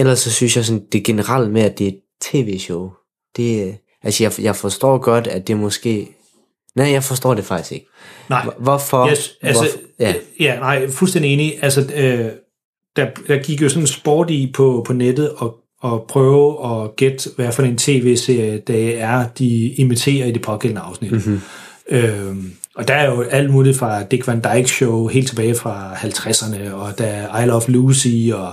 Speaker 2: Ellers så synes jeg sådan, det generelt med, at det er et tv-show, det, øh, altså jeg, jeg forstår godt, at det måske... Nej, jeg forstår det faktisk ikke.
Speaker 4: Nej.
Speaker 2: Hvor- Hvorfor?
Speaker 4: Yes, altså,
Speaker 2: hvorfor
Speaker 4: ja.
Speaker 2: ja.
Speaker 4: ja, nej, fuldstændig enig. Altså, øh, der, der gik jo sådan sport i på, på nettet og, og prøve at gætte, hvad for en tv-serie det er, de imiterer i det pågældende afsnit. Mm-hmm.
Speaker 2: Mhm.
Speaker 4: Øhm, og der er jo alt muligt fra Dick Van Dyke Show helt tilbage fra 50'erne, og der er I Love Lucy, og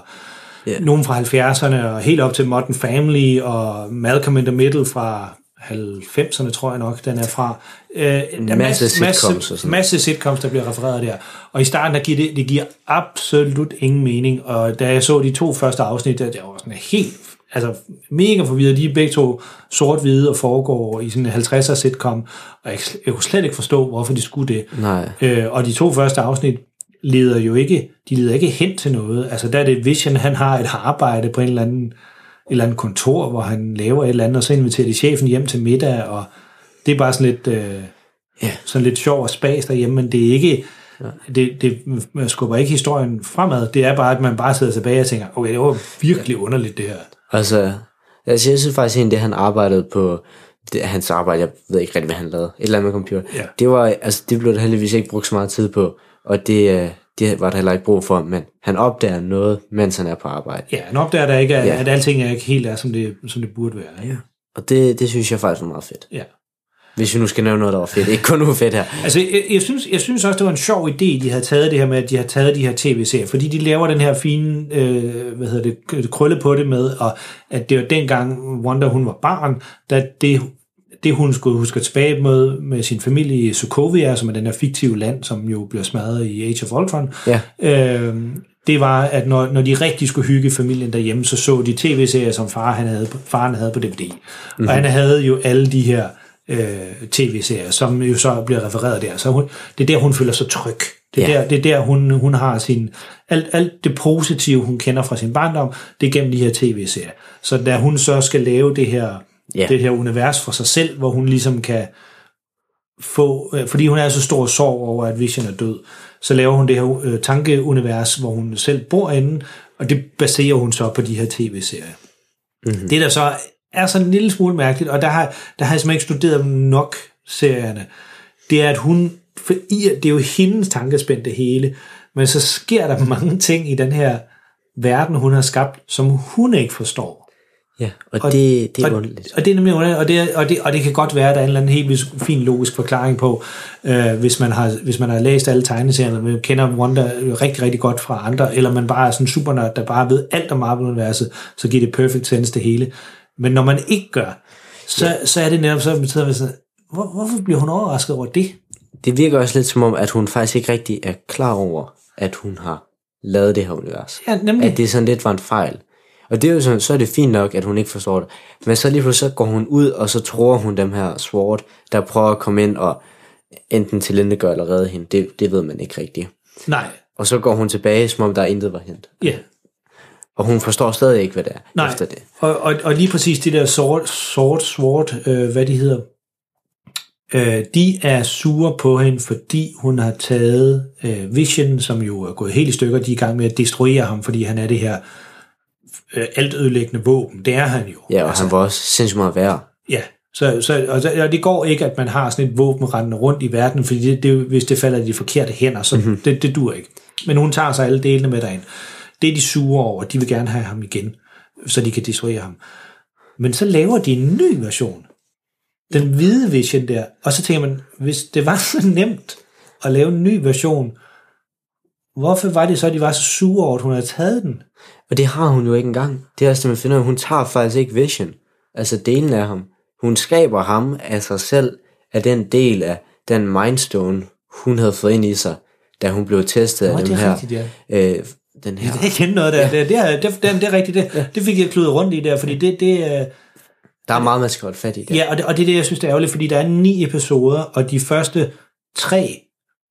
Speaker 2: Ja.
Speaker 4: yeah. nogen fra 70'erne, og helt op til Modern Family, og Malcolm in the Middle fra 90'erne, tror jeg nok, den er fra. Øh, der er
Speaker 2: masse
Speaker 4: masse,
Speaker 2: sitcoms og sådan noget.
Speaker 4: Altså, masse sitcoms, der bliver refereret der. Og i starten, der giver det, det giver absolut ingen mening. Og da jeg så de to første afsnit, der, der var sådan helt altså mega forvirret. De er begge to sort-hvide og foregår i sådan en 50'er sitcom. Og jeg, jeg kunne slet ikke forstå, hvorfor de skulle det.
Speaker 2: Nej.
Speaker 4: Øh, og de to første afsnit leder jo ikke, de leder ikke hen til noget. Altså der er det Vision, han har et arbejde på en eller anden, et eller andet kontor, hvor han laver et eller andet, og så inviterer de chefen hjem til middag, og det er bare sådan lidt, øh,
Speaker 2: Ja.
Speaker 4: sådan lidt sjov og spas derhjemme, men det er ikke, det, det man skubber ikke historien fremad. Det er bare, at man bare sidder tilbage og tænker, okay, det var virkelig underligt det her.
Speaker 2: Altså, altså jeg synes faktisk egentlig, det han arbejdede på, det, hans arbejde, jeg ved ikke rigtig, hvad han lavede, et eller andet med computer,
Speaker 4: Ja.
Speaker 2: det, var, altså, det blev der heldigvis ikke brugt så meget tid på, og det, øh, det var der heller ikke brug for, men han opdager noget, mens han er på arbejde.
Speaker 4: Ja, han opdager der ikke, at,
Speaker 2: Ja.
Speaker 4: ja. at alting er ikke helt er, som det, som det burde være. Ikke?
Speaker 2: Og det, det synes jeg faktisk var meget fedt.
Speaker 4: Ja.
Speaker 2: Hvis vi nu skal nævne noget, der var fedt. Ikke kun ufedt her.
Speaker 4: Altså, jeg, jeg, synes, jeg synes også, det var en sjov idé, de havde taget det her med, at de har taget de her tv-serier, fordi de laver den her fine, øh, hvad hedder det, k- krølle på det med, og at det var dengang Wanda, hun var barn, da det, det hun skulle huske tilbage med, med sin familie i Sokovia, som er den her fiktive land, som jo bliver smadret i Age of Ultron,
Speaker 2: Ja.
Speaker 4: øh, det var, at når, når de rigtig skulle hygge familien derhjemme, så så de tv-serier, som far, han havde, på- faren havde på DVD. Mm-hmm.
Speaker 2: Mhm.
Speaker 4: Og han havde jo alle de her øh, tv-serier, som jo så bliver refereret der. Så hun, det er der, hun føler sig tryg. Det er,
Speaker 2: Ja.
Speaker 4: der, det er der, hun, hun har sin... Alt, alt det positive, hun kender fra sin barndom, det er gennem de her tv-serier. Så da hun så skal lave det her,
Speaker 2: Ja.
Speaker 4: det her univers for sig selv, hvor hun ligesom kan få, øh, fordi hun er så stor sorg over, at Vision er død, så laver hun det her øh, tankeunivers, hvor hun selv bor inde, og det baserer hun så på de her tv-serier. Mm-hmm. Det der så er sådan en lille smule mærkeligt, og der har, der har jeg simpelthen ikke studeret nok serierne, det er, at hun, for i, det er jo hendes tankespænd det hele, men så sker der mange ting i den her verden, hun har skabt, som hun ikke forstår.
Speaker 2: Ja, og, og det, det er
Speaker 4: og,
Speaker 2: underligt.
Speaker 4: Og det er nemlig underligt, og det, er- og, det, og det kan godt være, at der er en eller anden helt vis- fin logisk forklaring på, øh, hvis, man har, hvis man har læst alle tegneserierne, man kender Wanda rigtig, rigtig godt fra andre, eller man bare er sådan en supernørd, der bare ved alt om Marvel-universet, så giver det perfect sense det hele. Men når man ikke gør, så, ja. så er det netop så, at man sidder sådan, hvor, hvorfor bliver hun overrasket over det?
Speaker 2: Det virker også lidt som om, at hun faktisk ikke rigtig er klar over, at hun har lavet det her univers.
Speaker 4: Ja, nemlig.
Speaker 2: At det sådan lidt var en fejl. Og det er jo sådan, så er det fint nok, at hun ikke forstår det. Men så lige pludselig så går hun ud, og så tror hun dem her Sword, der prøver at komme ind og enten tilindegøre eller redde hende. Det, det ved man ikke rigtigt.
Speaker 4: Nej,
Speaker 2: Og så går hun tilbage, som om der intet var hent.
Speaker 4: ja,
Speaker 2: Og hun forstår stadig ikke, hvad det er
Speaker 4: nej.
Speaker 2: efter det.
Speaker 4: Og, og, og lige præcis det der sort, sort, sort, øh, hvad de hedder, øh, de er sure på hende, fordi hun har taget øh, Vision, som jo er gået helt i stykker, de er i gang med at destruere ham, fordi han er det her øh, altødelæggende våben. Det er han jo.
Speaker 2: Ja, og han var også sindssygt meget værre.
Speaker 4: Ja, så, så, og, så, og det går ikke, at man har sådan et våben rendende rundt i verden, fordi det, det, hvis det falder i de forkerte hænder, så mm-hmm. det, det dur ikke. Men hun tager sig alle delene med derind. Det er de sure over, de vil gerne have ham igen, så de kan destruere ham. Men så laver de en ny version. Den hvide vision der. Og så tænker man, hvis det var så nemt at lave en ny version, hvorfor var det så, at de var så sure over, at hun havde taget den?
Speaker 2: Og det har hun jo ikke engang. Det er også det, man finder ud af. Hun tager faktisk ikke Vision. Altså delen af ham. Hun skaber ham af sig selv, af den del af den mindstone, hun havde fået ind i sig, da hun blev testet
Speaker 4: Nå,
Speaker 2: af
Speaker 4: det
Speaker 2: den
Speaker 4: er
Speaker 2: her...
Speaker 4: rigtigt, ja.
Speaker 2: øh, den her.
Speaker 4: Det er igen noget der. Ja. Det, det, er- det, det, det er rigtigt. Det, det fik jeg kludet rundt i der, fordi det, det, øh,
Speaker 2: Der er meget, man skal holde fat i der.
Speaker 4: Ja, og det, og det er det, jeg synes, det er ærgerligt, fordi der er ni episoder, og de første tre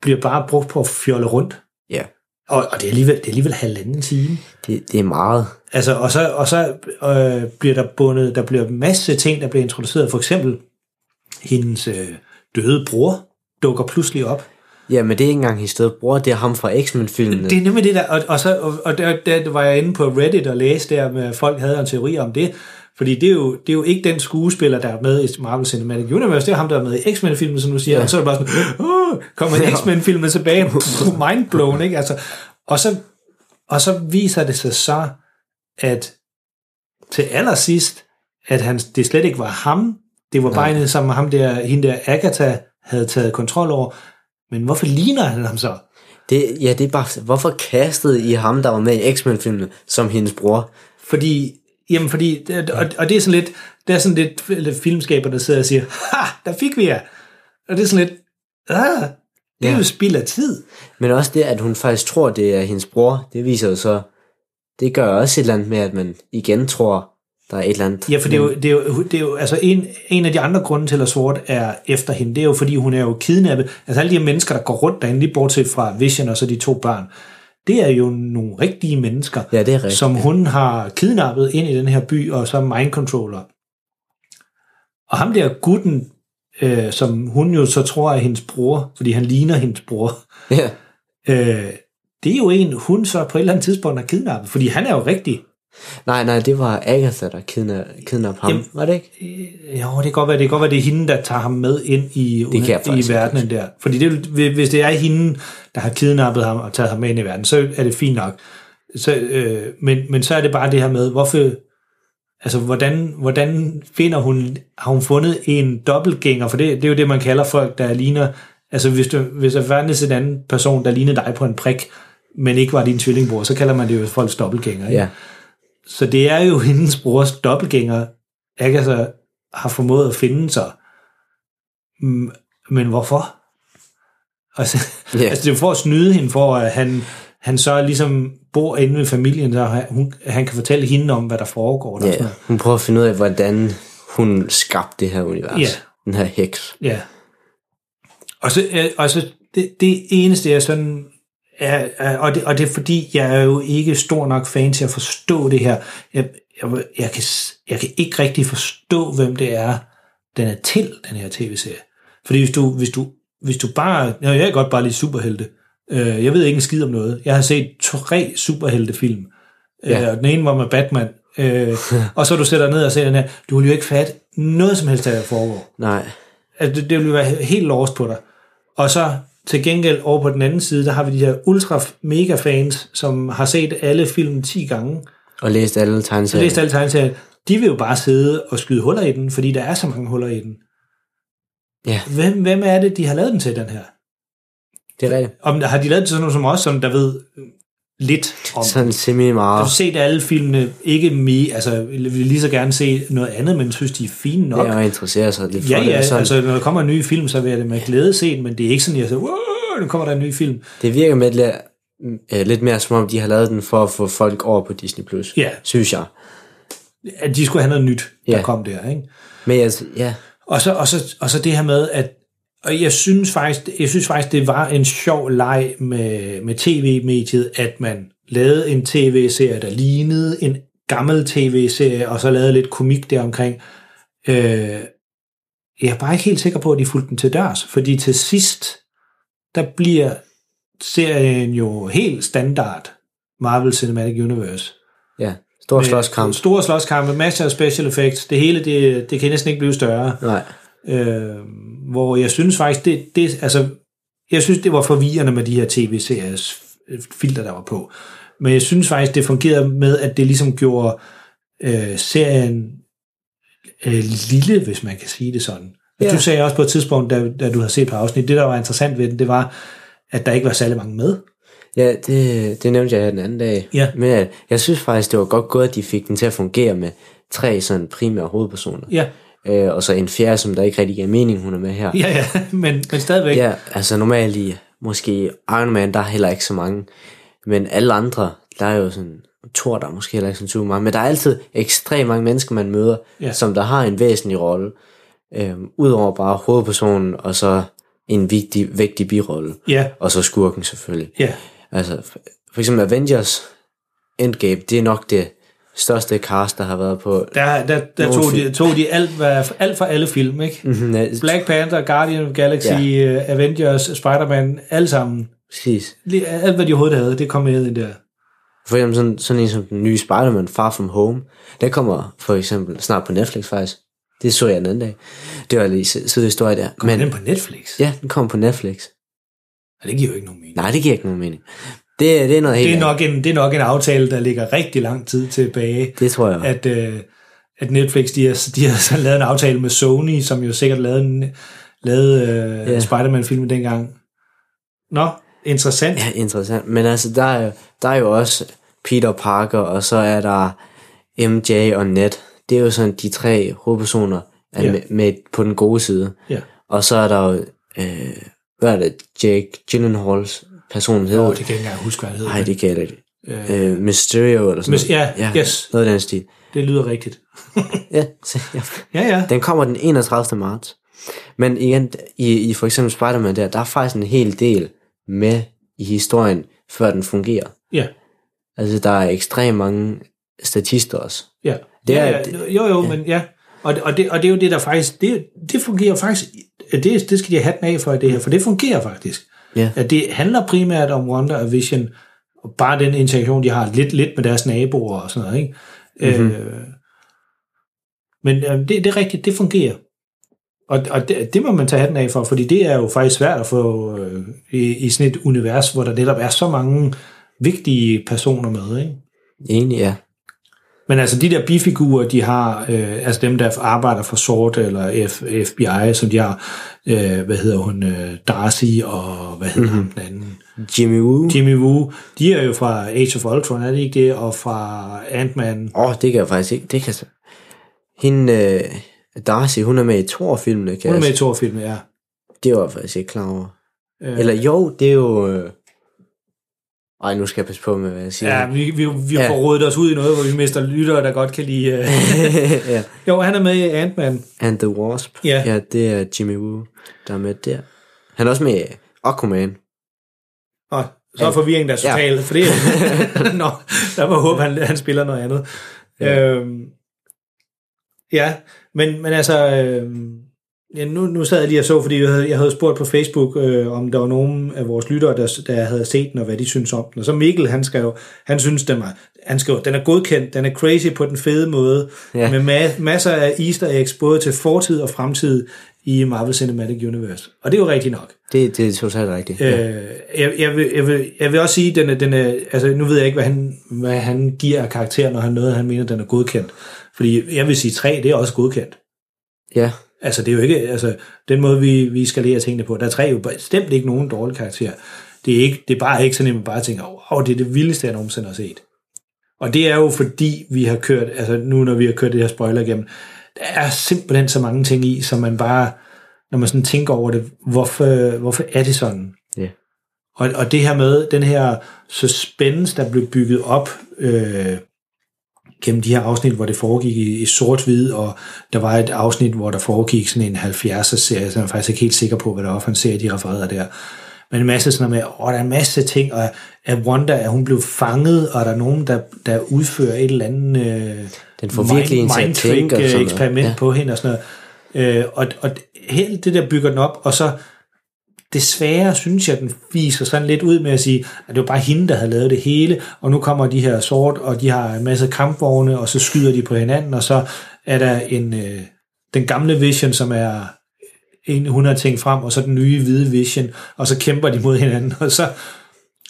Speaker 4: bliver bare brugt på at fjolle rundt.
Speaker 2: ja.
Speaker 4: Og, og det, er alligevel, det er alligevel halvanden time.
Speaker 2: Det, det er meget.
Speaker 4: Altså, og så, og så øh, bliver der bundet, der bliver masse ting, der bliver introduceret. For eksempel, hendes øh, døde bror dukker pludselig op.
Speaker 2: Ja, men det er ikke engang hendes sted bror, det er ham fra X-Men-filmene.
Speaker 4: Det er nemlig det der, og, og, så, og, og der, der var jeg inde på Reddit og læste der, med at folk havde en teori om det, fordi det er, jo, det er jo ikke den skuespiller, der er med i Marvel Cinematic Universe, det er ham, der er med i X-Men-filmen, som du siger, ja. og så er det bare sådan, Åh, kommer
Speaker 2: Ja.
Speaker 4: X-Men-filmen tilbage, Puh, mindblown, ikke? Altså, og, så, og så viser det sig så, at til allersidst, at han, det slet ikke var ham, det var bare en, som ham der, hende der Agatha havde taget kontrol over, men hvorfor ligner han ham så?
Speaker 2: det, ja, det er bare... Hvorfor kastede I ham, der var med i X-Men-filmene, som hendes bror?
Speaker 4: Fordi Jamen, fordi, og, og det er sådan lidt, der er sådan lidt filmskaber, der sidder og siger, ha, der fik vi jer. Og det er sådan lidt, ah, det er jo spild af tid.
Speaker 2: Men også det, at hun faktisk tror, det er hendes bror, det viser jo så, det gør også et eller andet med, at man igen tror, der er et eller andet.
Speaker 4: Ja, for det er jo, det er jo, det er jo altså en, en af de andre grunde til, at sort er efter hende, det er jo, fordi hun er jo kidnappet. Altså alle de her mennesker, der går rundt derinde, lige bortset fra Vision og så de to børn, det er jo nogle rigtige mennesker,
Speaker 2: ja, det er rigtigt.
Speaker 4: som hun har kidnappet ind i den her by, og så er mind controller. Og ham der gutten, øh, som hun jo så tror er hendes bror, fordi han ligner hendes bror,
Speaker 2: Ja.
Speaker 4: øh, det er jo en, hun så på et eller andet tidspunkt har kidnappet, fordi han er jo rigtig.
Speaker 2: Nej, nej, det var Agatha, der kidna- kidnappede ham.
Speaker 4: Jamen, Øh,
Speaker 2: var det ikke?
Speaker 4: Jo, det kan godt være, det, kan godt være, det er hende, der tager ham med ind i,
Speaker 2: kan jeg
Speaker 4: i
Speaker 2: faktisk
Speaker 4: verdenen der. Fordi det, hvis det er hende, der har kidnappet ham og taget ham med ind i verden, så er det fint nok. Så, øh, men, men så er det bare det her med, hvorfor, altså, hvordan, hvordan finder hun, har hun fundet en dobbeltgænger? For det, det er jo det, man kalder folk, der ligner, altså hvis, du, hvis der fandtes en anden person, der ligner dig på en prik, men ikke var din tvillingbror, så kalder man det jo folks dobbeltgænger. Ikke?
Speaker 2: Ja.
Speaker 4: Så det er jo hendes brors dobbeltgænger, Agatha har formået at finde sig. Mm, Men hvorfor? Altså,
Speaker 2: Ja.
Speaker 4: yeah. altså det er jo for at snyde hende, for at han, han så ligesom bor inde ved familien, så han, hun, han kan fortælle hende om, hvad der foregår. Der og sådan
Speaker 2: Ja, hun prøver at finde ud af, hvordan hun skabte det her univers.
Speaker 4: Ja.
Speaker 2: Den her heks.
Speaker 4: noget. Ja. Og så, øh, og så det, det eneste, jeg sådan... Er, er, og, det, og det er fordi, jeg er jo ikke stor nok fan til at forstå det her. Jeg, jeg, jeg, kan, s- jeg kan ikke rigtig forstå, hvem det er, den er til, den her tv-serie. Fordi hvis du, hvis du, hvis du bare... Nå, jeg er godt bare lige superhelte. Øh, jeg ved ikke en skid om noget. Jeg har set tre superheltefilm.
Speaker 2: Ja.
Speaker 4: Øh, og den ene var med Batman. Øh, og så du sætter dig ned og ser den her. Du vil jo ikke fatte noget som helst, af, hvad der foregår.
Speaker 2: Nej.
Speaker 4: Altså, det, det ville være he- helt lost på dig. Og så til gengæld over på den anden side, der har vi de her ultra-mega-fans, som har set alle film 10 gange,
Speaker 2: Og læste alle
Speaker 4: så
Speaker 2: tegneserier.
Speaker 4: læst alle tegneserier. De vil jo bare sidde og skyde huller i den, fordi der er så mange huller i den.
Speaker 2: Ja,
Speaker 4: Hvem, hvem er det, de har lavet den til, den her?
Speaker 2: det er rigtigt.
Speaker 4: Om, har de lavet den til sådan nogen som os, som der ved øh, lidt om?
Speaker 2: Sådan semi
Speaker 4: Har
Speaker 2: meget.
Speaker 4: du set alle filmene? Ikke me, altså, vil lige så gerne se noget andet, men synes, de er fine nok.
Speaker 2: Ja, og interesserer sig lidt for
Speaker 4: Ja,
Speaker 2: det.
Speaker 4: ja,
Speaker 2: og sådan.
Speaker 4: altså når der kommer en ny film, så vil jeg det med glæde se den, men det er ikke sådan, at jeg siger, "Wow, nu kommer der en ny film.
Speaker 2: Det virker med lidt, øh, lidt mere som om, de har lavet den for at få folk over på Disney+. Plus.
Speaker 4: Ja.
Speaker 2: Synes jeg.
Speaker 4: At de skulle have noget nyt, der
Speaker 2: Ja.
Speaker 4: kom der, ikke?
Speaker 2: Men altså, ja,
Speaker 4: Og så, og, så, og så det her med, at og jeg synes faktisk, jeg synes faktisk det var en sjov leg med, med tv-mediet, at man lavede en tv-serie, der lignede en gammel tv-serie, og så lavede lidt komik deromkring. Øh, jeg er bare ikke helt sikker på, at de fulgte den til dørs, fordi til sidst, der bliver serien jo helt standard Marvel Cinematic Universe. Øh,
Speaker 2: ja. Stor slåskamp.
Speaker 4: Store slåskampe, masser af special effects. Det hele, det, det kan næsten ikke blive større.
Speaker 2: Nej.
Speaker 4: Øh, hvor jeg synes faktisk, det, det, altså, jeg synes, det var forvirrende med de her tv-series filter, der var på. Men jeg synes faktisk, det fungerede med, at det ligesom gjorde øh, serien øh, lille, hvis man kan sige det sådan. Ja.
Speaker 2: Ja.
Speaker 4: Du sagde også på et tidspunkt, da, da du havde set på afsnit, det der var interessant ved den, det var, at der ikke var særlig mange med.
Speaker 2: Ja, det, det nævnte jeg her den anden dag.
Speaker 4: Ja.
Speaker 2: Men jeg, jeg synes faktisk, det var godt gået, at de fik den til at fungere med tre sådan primære hovedpersoner.
Speaker 4: Ja,
Speaker 2: Øh, og så en fjerde, som der ikke rigtig giver mening, hun er med her.
Speaker 4: ja, ja men, men stadigvæk.
Speaker 2: Ja, altså normalt i måske Iron Man, der er heller ikke så mange. Men alle andre, der er jo sådan Thor, der er måske heller ikke sådan super mange. Men der er altid ekstremt mange mennesker, man møder,
Speaker 4: Ja.
Speaker 2: ja. som der har en væsentlig rolle. Øhm, Udover bare hovedpersonen, og så en vigtig, vigtig birolle.
Speaker 4: Ja,
Speaker 2: Og så skurken selvfølgelig.
Speaker 4: ja,
Speaker 2: Altså, for, for eksempel Avengers Endgame, det er nok det største cast, der har været på...
Speaker 4: der, der, der
Speaker 2: Nogle
Speaker 4: tog, de,
Speaker 2: film.
Speaker 4: tog de alt, hvad- alt fra alle film, ikke?
Speaker 2: Mhm, ja,
Speaker 4: Mm-hmm. Black Panther, Guardian of the Galaxy, ja. Avengers, Spider-Man, alle sammen.
Speaker 2: Præcis.
Speaker 4: Lige- Alt, hvad de overhovedet havde, det kom med i der.
Speaker 2: For eksempel sådan, sådan en som den nye Spider-Man, Far From Home, der kommer for eksempel snart på Netflix faktisk. Det så jeg den anden dag. Det var lige si- sidehistorie der.
Speaker 4: Kom Men, den på Netflix?
Speaker 2: ja, den kommer på Netflix.
Speaker 4: Ja, det giver jo ikke nogen mening.
Speaker 2: Nej, det giver ikke nogen mening. Det, det er noget helt
Speaker 4: Det er,
Speaker 2: andet.
Speaker 4: nok en, det er nok en aftale, der ligger rigtig lang tid tilbage,
Speaker 2: Det tror jeg.
Speaker 4: at, øh, at Netflix, de har, de har så lavet en aftale med Sony, som jo sikkert lavede, en, lavede øh,
Speaker 2: Ja.
Speaker 4: Spider-Man-filmen dengang. Nå, interessant.
Speaker 2: Ja, interessant. Men altså, der er, jo, der er jo også Peter Parker, og så er der MJ og Ned, det er jo sådan de tre hovedpersoner er
Speaker 4: Ja.
Speaker 2: med, med, på den gode side.
Speaker 4: Ja.
Speaker 2: Og så er der jo, øh, hvad er det, Jake Gyllenhaals person hedder?
Speaker 4: Åh, det kan jeg ikke engang huske, hvad han hedder.
Speaker 2: Nej, det kan jeg da ikke.
Speaker 4: Øh,
Speaker 2: Øh, Mysterio eller sådan
Speaker 4: Mys- ja, yes.
Speaker 2: Noget af den stil.
Speaker 4: Det lyder rigtigt.
Speaker 2: ja, så, ja.
Speaker 4: ja, ja.
Speaker 2: Den kommer den 31. marts. Men igen, i, i for eksempel Spider-Man der, der er faktisk en hel del med i historien, før den fungerer.
Speaker 4: Ja.
Speaker 2: Altså, der er ekstremt mange statister også.
Speaker 4: Ja.
Speaker 2: Det er,
Speaker 4: ja, ja. Jo, jo, ja. men ja. Og, det- og, det, og det er jo det, der faktisk... Det, det fungerer faktisk... Det, det skal de have hatten af for, det her, for det fungerer faktisk.
Speaker 2: Ja.
Speaker 4: At det handler primært om Wanda og Vision, og bare den interaktion, de har lidt, lidt med deres naboer og sådan noget, ikke?
Speaker 2: Mhm.
Speaker 4: Mm-hmm. Øh, men øh, det, det er rigtigt, det fungerer. Og, og det, det må man tage hatten af for, fordi det er jo faktisk svært at få øh, i, i sådan et univers, hvor der netop er så mange vigtige personer med, ikke?
Speaker 2: Egentlig, ja.
Speaker 4: Men altså de der bifigurer, de har, øh, altså dem, der arbejder for SORT eller F- FBI, som de har, øh, hvad hedder hun, øh, Darcy og hvad hedder mm-hmm. den anden?
Speaker 2: Jimmy Woo.
Speaker 4: Jimmy Woo. De er jo fra Age of Ultron, er det ikke det? Og fra Ant-Man.
Speaker 2: Åh, oh, det kan jeg faktisk ikke. Det kan jeg... Hende, øh, Darcy, hun er med i Thor-filmene, kan
Speaker 4: Hun er
Speaker 2: jeg
Speaker 4: med i
Speaker 2: s-
Speaker 4: to film, ja.
Speaker 2: Det var jeg faktisk ikke klar over.
Speaker 4: Øh.
Speaker 2: Eller jo, det er jo... Øh... Ej, nu skal jeg passe på med, hvad jeg siger.
Speaker 4: Ja, vi, vi, vi har
Speaker 2: Ja.
Speaker 4: ja. rodet os ud i noget, hvor vi mister lyttere, der godt kan lide... Øh.
Speaker 2: ja.
Speaker 4: Jo, han er med i Ant-Man.
Speaker 2: And the Wasp.
Speaker 4: Ja.
Speaker 2: ja, det er Jimmy Woo, der er med der. Han er også med i Aquaman.
Speaker 4: Og så er forvirringen der total, ja. for det er... Nå, der må jeg håbe, han, han spiller noget andet. Ja, øhm, ja men, men altså... Øhm, ja, nu, nu sad jeg lige og så, fordi jeg havde, jeg havde spurgt på Facebook, øh, om der var nogen af vores lyttere, der, der havde set den, og hvad de synes om den. Og så Mikkel, han skrev, han synes, den, var, han skrev, den er godkendt, den er crazy på den fede måde,
Speaker 2: Ja.
Speaker 4: ja. med ma- masser af easter eggs, både til fortid og fremtid i Marvel Cinematic Universe. Og det er jo rigtigt nok.
Speaker 2: Det, det er totalt rigtigt. Ja.
Speaker 4: Øh, jeg, jeg, vil, jeg, vil, jeg vil også sige, den er, den er, altså, nu ved jeg ikke, hvad han, hvad han giver af karakter, når han noget, han mener, den er godkendt. Fordi jeg vil sige, 3, det er også godkendt.
Speaker 2: ja.
Speaker 4: Altså, det er jo ikke, altså, den måde, vi, vi skalerer tingene på, der er 3 jo bestemt ikke nogen dårlig karakter. Det er, ikke, det er bare ikke sådan, at man bare tænker, wow, det er det vildeste, jeg nogensinde har set. Og det er jo fordi, vi har kørt, altså nu når vi har kørt det her spoiler igennem, der er simpelthen så mange ting i, som man bare, når man sådan tænker over det, hvorfor, hvorfor er det sådan?
Speaker 2: Ja.
Speaker 4: Og, og det her med den her suspense, der blev bygget op øh, gennem de her afsnit, hvor det foregik i, i sort-hvid, og der var et afsnit, hvor der foregik sådan en 70'er-serie, så jeg er faktisk ikke helt sikker på, hvad der var for en serie, de refererede der. Men en masse sådan noget med, åh, der er en masse ting, og at Wanda, at hun blev fanget, og der er nogen, der, der udfører et eller andet øh,
Speaker 2: Den får virkelig en til at tænke og sådan noget.
Speaker 4: eksperiment
Speaker 2: Ja.
Speaker 4: på hende og sådan noget. Øh, og, og helt det der bygger den op, og så desværre synes jeg, den viser sådan lidt ud med at sige, at det var bare hende, der havde lavet det hele, og nu kommer de her sort, og de har en masse kampvogne, og så skyder de på hinanden, og så er der en, øh, den gamle Vision, som er en 100 ting frem, og så den nye hvide Vision, og så kæmper de mod hinanden, og så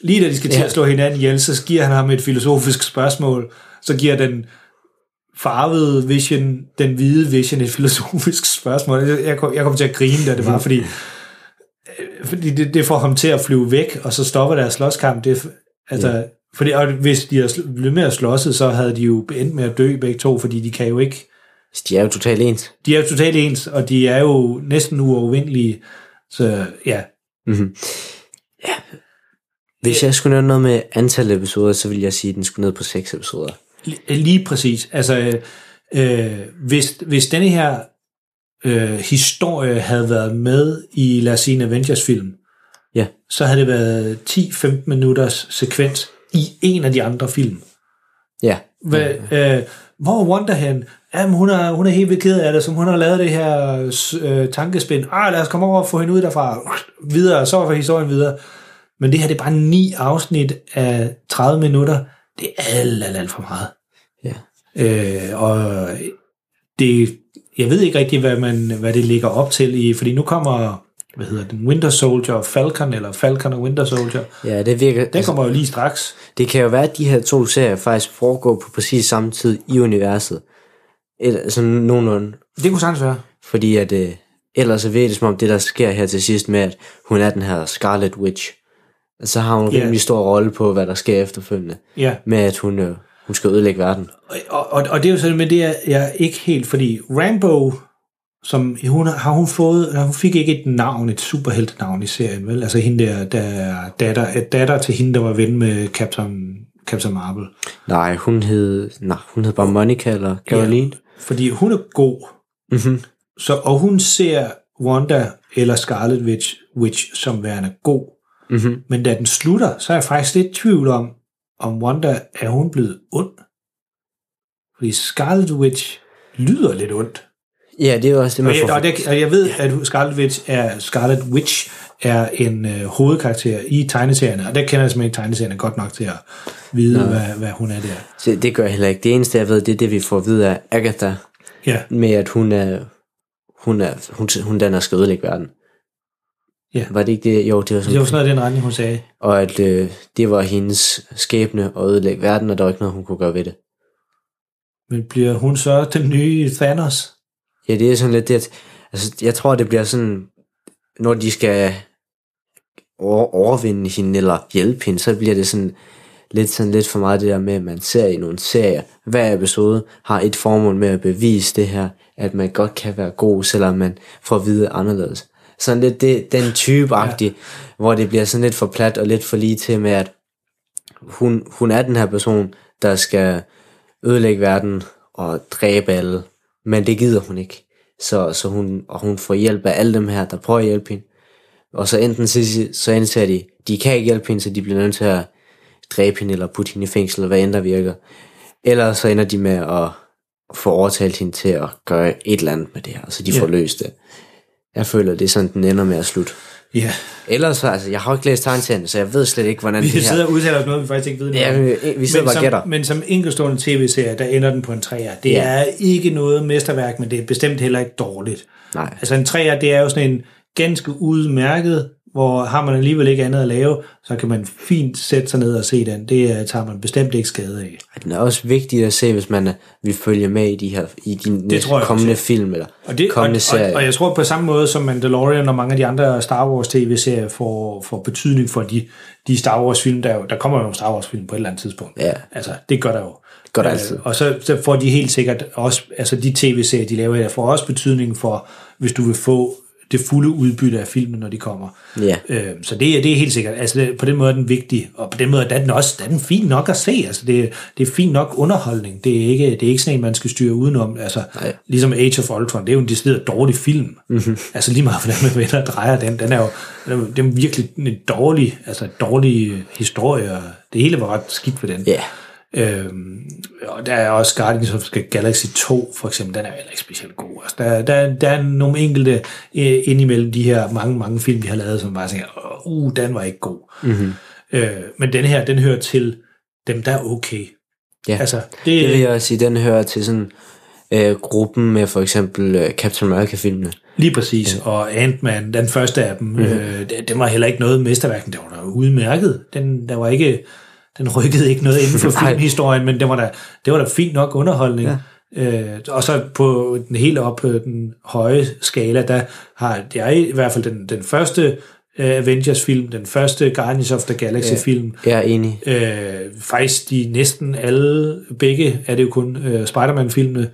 Speaker 4: lige da de skal til
Speaker 2: Ja.
Speaker 4: at slå hinanden ihjel, så giver han ham et filosofisk spørgsmål, så giver den farvede vision, den hvide vision, et filosofisk spørgsmål. Jeg kom, jeg kom til at grine, da det var, fordi, øh, fordi det, det får ham til at flyve væk, og så stopper deres slåskamp. Det, er f- altså, ja. fordi, og hvis de havde sl- blevet med at slåsset, så havde de jo endt med at dø begge to, fordi de kan jo ikke...
Speaker 2: Så de er jo totalt ens.
Speaker 4: De er jo totalt ens, og de er jo næsten uovervindelige. Så ja,
Speaker 2: Mm-hmm. ja. Hvis jeg skulle nævne noget med antal episoder, så ville jeg sige, at den skulle ned på 6 episoder.
Speaker 4: Li- Lige præcis. Altså, øh, øh, hvis, hvis denne her øh, historie havde været med i, lad os sige, en Avengers-film,
Speaker 2: Ja.
Speaker 4: så havde det været 10-15 minutters sekvens i en af de andre film.
Speaker 2: Ja.
Speaker 4: Hvad, øh, hvor er Wanda hen? Jamen, hun er, hun er helt vildt ked af det, som hun har lavet det her øh, tankespind. Ah, lad os komme over og få hende ud derfra. Videre, så var historien videre. Men det her, det er bare ni afsnit af 30 minutter. Det er alt, alt, alt for meget.
Speaker 2: Ja.
Speaker 4: Øh, og det, jeg ved ikke rigtig, hvad, man, hvad det ligger op til i, fordi nu kommer, hvad hedder den, Winter Soldier og Falcon, eller Falcon og Winter Soldier. Altså,
Speaker 2: Ja, det virker... altså,
Speaker 4: Den kommer jo lige straks.
Speaker 2: Det kan jo være, at de her to serier faktisk foregår på præcis samme tid i universet. Eller sådan nogenlunde.
Speaker 4: Det kunne sagtens være.
Speaker 2: Fordi at, øh, ellers så ved det som om det, der sker her til sidst med, at hun er den her Scarlet Witch. Altså, Så har hun en
Speaker 4: Ja.
Speaker 2: rimelig stor rolle på, hvad der sker efterfølgende.
Speaker 4: Ja.
Speaker 2: Med at hun, øh, Hun skal ødelægge verden.
Speaker 4: Og, og, og det er jo sådan, men det er jeg ikke helt, fordi Rambo, som hun, har hun fået, eller hun fik ikke et navn, et superheltenavn i serien, vel? Altså hende der, der er datter, er datter til hende, der var ven med Captain, Captain Marvel.
Speaker 2: Nej, hun hed, nej, hun hed bare Monica eller Caroline. Ja,
Speaker 4: fordi hun er god.
Speaker 2: Mm-hmm.
Speaker 4: Så, og hun ser Wanda eller Scarlet Witch, Witch som værende god.
Speaker 2: Mm-hmm.
Speaker 4: Men da den slutter, så er jeg faktisk lidt i tvivl om, om Wanda er hun blevet ond. Fordi Scarlet Witch lyder lidt ondt.
Speaker 2: Ja, det er også det, man
Speaker 4: og jeg,
Speaker 2: får.
Speaker 4: og det, og jeg ved, at Scarlet Witch er, Scarlet Witch er en øh, hovedkarakter i tegneserierne, og der kender jeg simpelthen ikke tegneserierne godt nok til at vide,
Speaker 2: Nå.
Speaker 4: hvad, hvad hun er der.
Speaker 2: Så det gør jeg heller ikke. Det eneste, jeg ved, det er det, vi får at vide af Agatha,
Speaker 4: Ja,
Speaker 2: med at hun er, hun er, hun, hun danner skal ødelægge verden.
Speaker 4: Ja.
Speaker 2: Var det ikke det? Jo, det var sådan.
Speaker 4: det var sådan noget i den retning, hun sagde.
Speaker 2: Og at øh, det var hendes skæbne at ødelægge verden, og der var ikke noget, hun kunne gøre ved det.
Speaker 4: Men bliver hun så den nye Thanos?
Speaker 2: Ja, det er sådan lidt det, at, altså, jeg tror, det bliver sådan, når de skal over, overvinde hende eller hjælpe hende, så bliver det sådan lidt, sådan lidt for meget det der med, at man ser i nogle serier, hver episode har et formål med at bevise det her, at man godt kan være god, selvom man får at vide anderledes. Sådan lidt det, den type ja. hvor det bliver sådan lidt for plat og lidt for lige til med, at hun, hun er den her person, der skal ødelægge verden og dræbe alle, men det gider hun ikke. Så, så hun, og hun får hjælp af alle dem her, der prøver at hjælpe hende. Og så enten så, så indser de, de kan ikke hjælpe hende, så de bliver nødt til at dræbe hende eller putte hende i fængsel, eller hvad end der virker. Eller så ender de med at få overtalt hende til at gøre et eller andet med det her, så de
Speaker 4: Ja.
Speaker 2: får løst det. Jeg føler, det er sådan, den ender med at slutte.
Speaker 4: Ja,
Speaker 2: Ellers, så- altså, jeg har jo ikke læst tegnserierne, så jeg ved slet ikke, hvordan
Speaker 4: vi
Speaker 2: det her...
Speaker 4: sidder og udtaler os noget, vi faktisk ikke ved noget
Speaker 2: Ja,
Speaker 4: om.
Speaker 2: vi- vi sidder
Speaker 4: men
Speaker 2: bare
Speaker 4: som,
Speaker 2: og gætter.
Speaker 4: Men som enkeltstående tv-serie, der ender den på en 3'er. Det
Speaker 2: Ja.
Speaker 4: er ikke noget mesterværk, men det er bestemt heller ikke dårligt.
Speaker 2: Nej.
Speaker 4: Altså en 3'er, det er jo sådan en ganske udmærket, hvor har man alligevel ikke andet at lave, så kan man fint sætte sig ned og se den. Det øh, tager man bestemt ikke skade af.
Speaker 2: Og Den er også vigtig at se, hvis man øh, vil følge med i de her i de næste,
Speaker 4: tror jeg
Speaker 2: kommende
Speaker 4: også,
Speaker 2: film eller
Speaker 4: Og, det,
Speaker 2: kommende
Speaker 4: og,
Speaker 2: serier.
Speaker 4: og, og jeg tror på samme måde som Mandalorian og mange af de andre Star Wars tv-serier får, får betydning for de, de Star Wars film, der, jo- der kommer jo nogle Star Wars film på et eller andet tidspunkt.
Speaker 2: Ja.
Speaker 4: Altså, det gør der jo. Øh,
Speaker 2: Gør der altid.
Speaker 4: og så, så får de helt sikkert også, altså de tv-serier, de laver her, får også betydning for, hvis du vil få det fulde udbytte af filmen, når de kommer.
Speaker 2: Ja.
Speaker 4: Øh, så det, er- det er helt sikkert. Altså, det, på den måde er den vigtig, og på den måde der er den også der er den fin nok at se. Altså, det, det er fin nok underholdning. Det er, ikke, det er ikke sådan en, man skal styre udenom. Altså,
Speaker 2: Nej.
Speaker 4: ligesom Age of Ultron, det er jo en decideret dårlig film. Mm-hmm. Altså lige meget, hvordan man vender og drejer den. Den er jo den er, jo- den er virkelig en dårlig, altså, en dårlig øh, historie. og Det hele var ret skidt ved den.
Speaker 2: Ja.
Speaker 4: Øhm, og der er også Guardians of the Galaxy 2, for eksempel, den er jo heller ikke specielt god. Altså, der, der, der er nogle enkelte øh, indimellem de her mange, mange film, vi har lavet, som bare tænker, "Åh, uh, den var ikke god.
Speaker 2: Mhm.
Speaker 4: Øh, men den her, den hører til dem, der er okay.
Speaker 2: Ja.
Speaker 4: Altså,
Speaker 2: det,
Speaker 4: det,
Speaker 2: det vil jeg også sige, den hører til sådan øh, gruppen med for eksempel øh, Captain America-filmene.
Speaker 4: Lige præcis, ja. og Ant-Man, den første af dem,
Speaker 2: Mhm.
Speaker 4: mm-hmm. øh, den- den var heller ikke noget mesterværk, men den var da udmærket. Den, der var ikke, den rykkede ikke noget inden for
Speaker 2: Nej.
Speaker 4: filmhistorien, men den var da, det var da fint nok underholdning. Ja. Øh, og så på den helt op øh, den høje skala, der har jeg i hvert fald den, den første øh, Avengers-film, den første Guardians of the Galaxy-film,
Speaker 2: Jeg er enig.
Speaker 4: Øh, faktisk de næsten alle, begge er det jo kun øh, Spider-Man-filmene,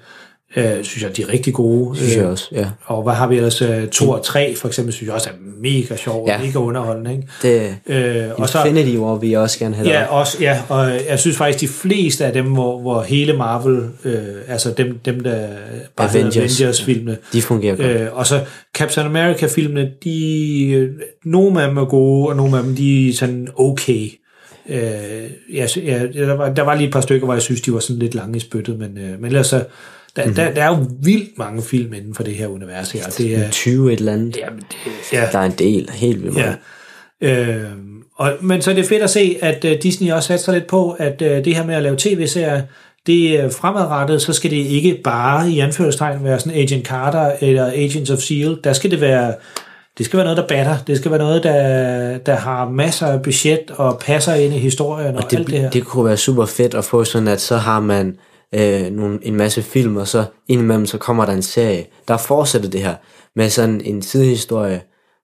Speaker 4: øh, synes jeg, de er rigtig gode. Øh,
Speaker 2: Synes jeg også, ja.
Speaker 4: Og hvad har vi ellers? Øh, 2 og 3 for eksempel, synes jeg også er mega sjov ja.
Speaker 2: Mm.
Speaker 4: og
Speaker 2: Ja.
Speaker 4: mega underholdende. Ikke?
Speaker 2: Det,
Speaker 4: Øh, og så,
Speaker 2: Infinity War vil jeg også gerne have
Speaker 4: ja,
Speaker 2: ja,
Speaker 4: også, ja, og jeg synes faktisk, de fleste af dem, hvor, hvor hele Marvel, øh, altså dem, dem der bare Avengers.
Speaker 2: Avengers.
Speaker 4: Avengers-filmene,
Speaker 2: De fungerer godt.
Speaker 4: Øh, og så Captain America-filmene, de, øh, nogle af dem er gode, og nogle af dem de er sådan okay. Øh, jeg, sy- jeg, der, var, der var lige et par stykker, hvor jeg synes, de var sådan lidt lange i spyttet, men, øh, men ellers så, der, mm-hmm. der, der er jo vildt mange film inden for det her univers her. og Det er,
Speaker 2: 20 et eller andet.
Speaker 4: jamen, det, ja,
Speaker 2: Der er en del, helt vildt
Speaker 4: ja.
Speaker 2: meget.
Speaker 4: Øh, og, men så er det fedt at se, at øh, Disney også satser lidt på, at øh, det her med at lave tv-serier, det er fremadrettet, så skal det ikke bare i anførselstegn være sådan Agent Carter eller Agents of S.H.I.E.L.D. E Der skal det være det skal være noget, der batter. Det skal være noget, der, der har masser af budget og passer ind i historien og, og
Speaker 2: det,
Speaker 4: alt det her.
Speaker 2: det kunne være super fedt at få sådan, at så har man øh, nogle, en masse film, og så indimellem så kommer der en serie, der fortsætter det her med sådan en sidehistorie,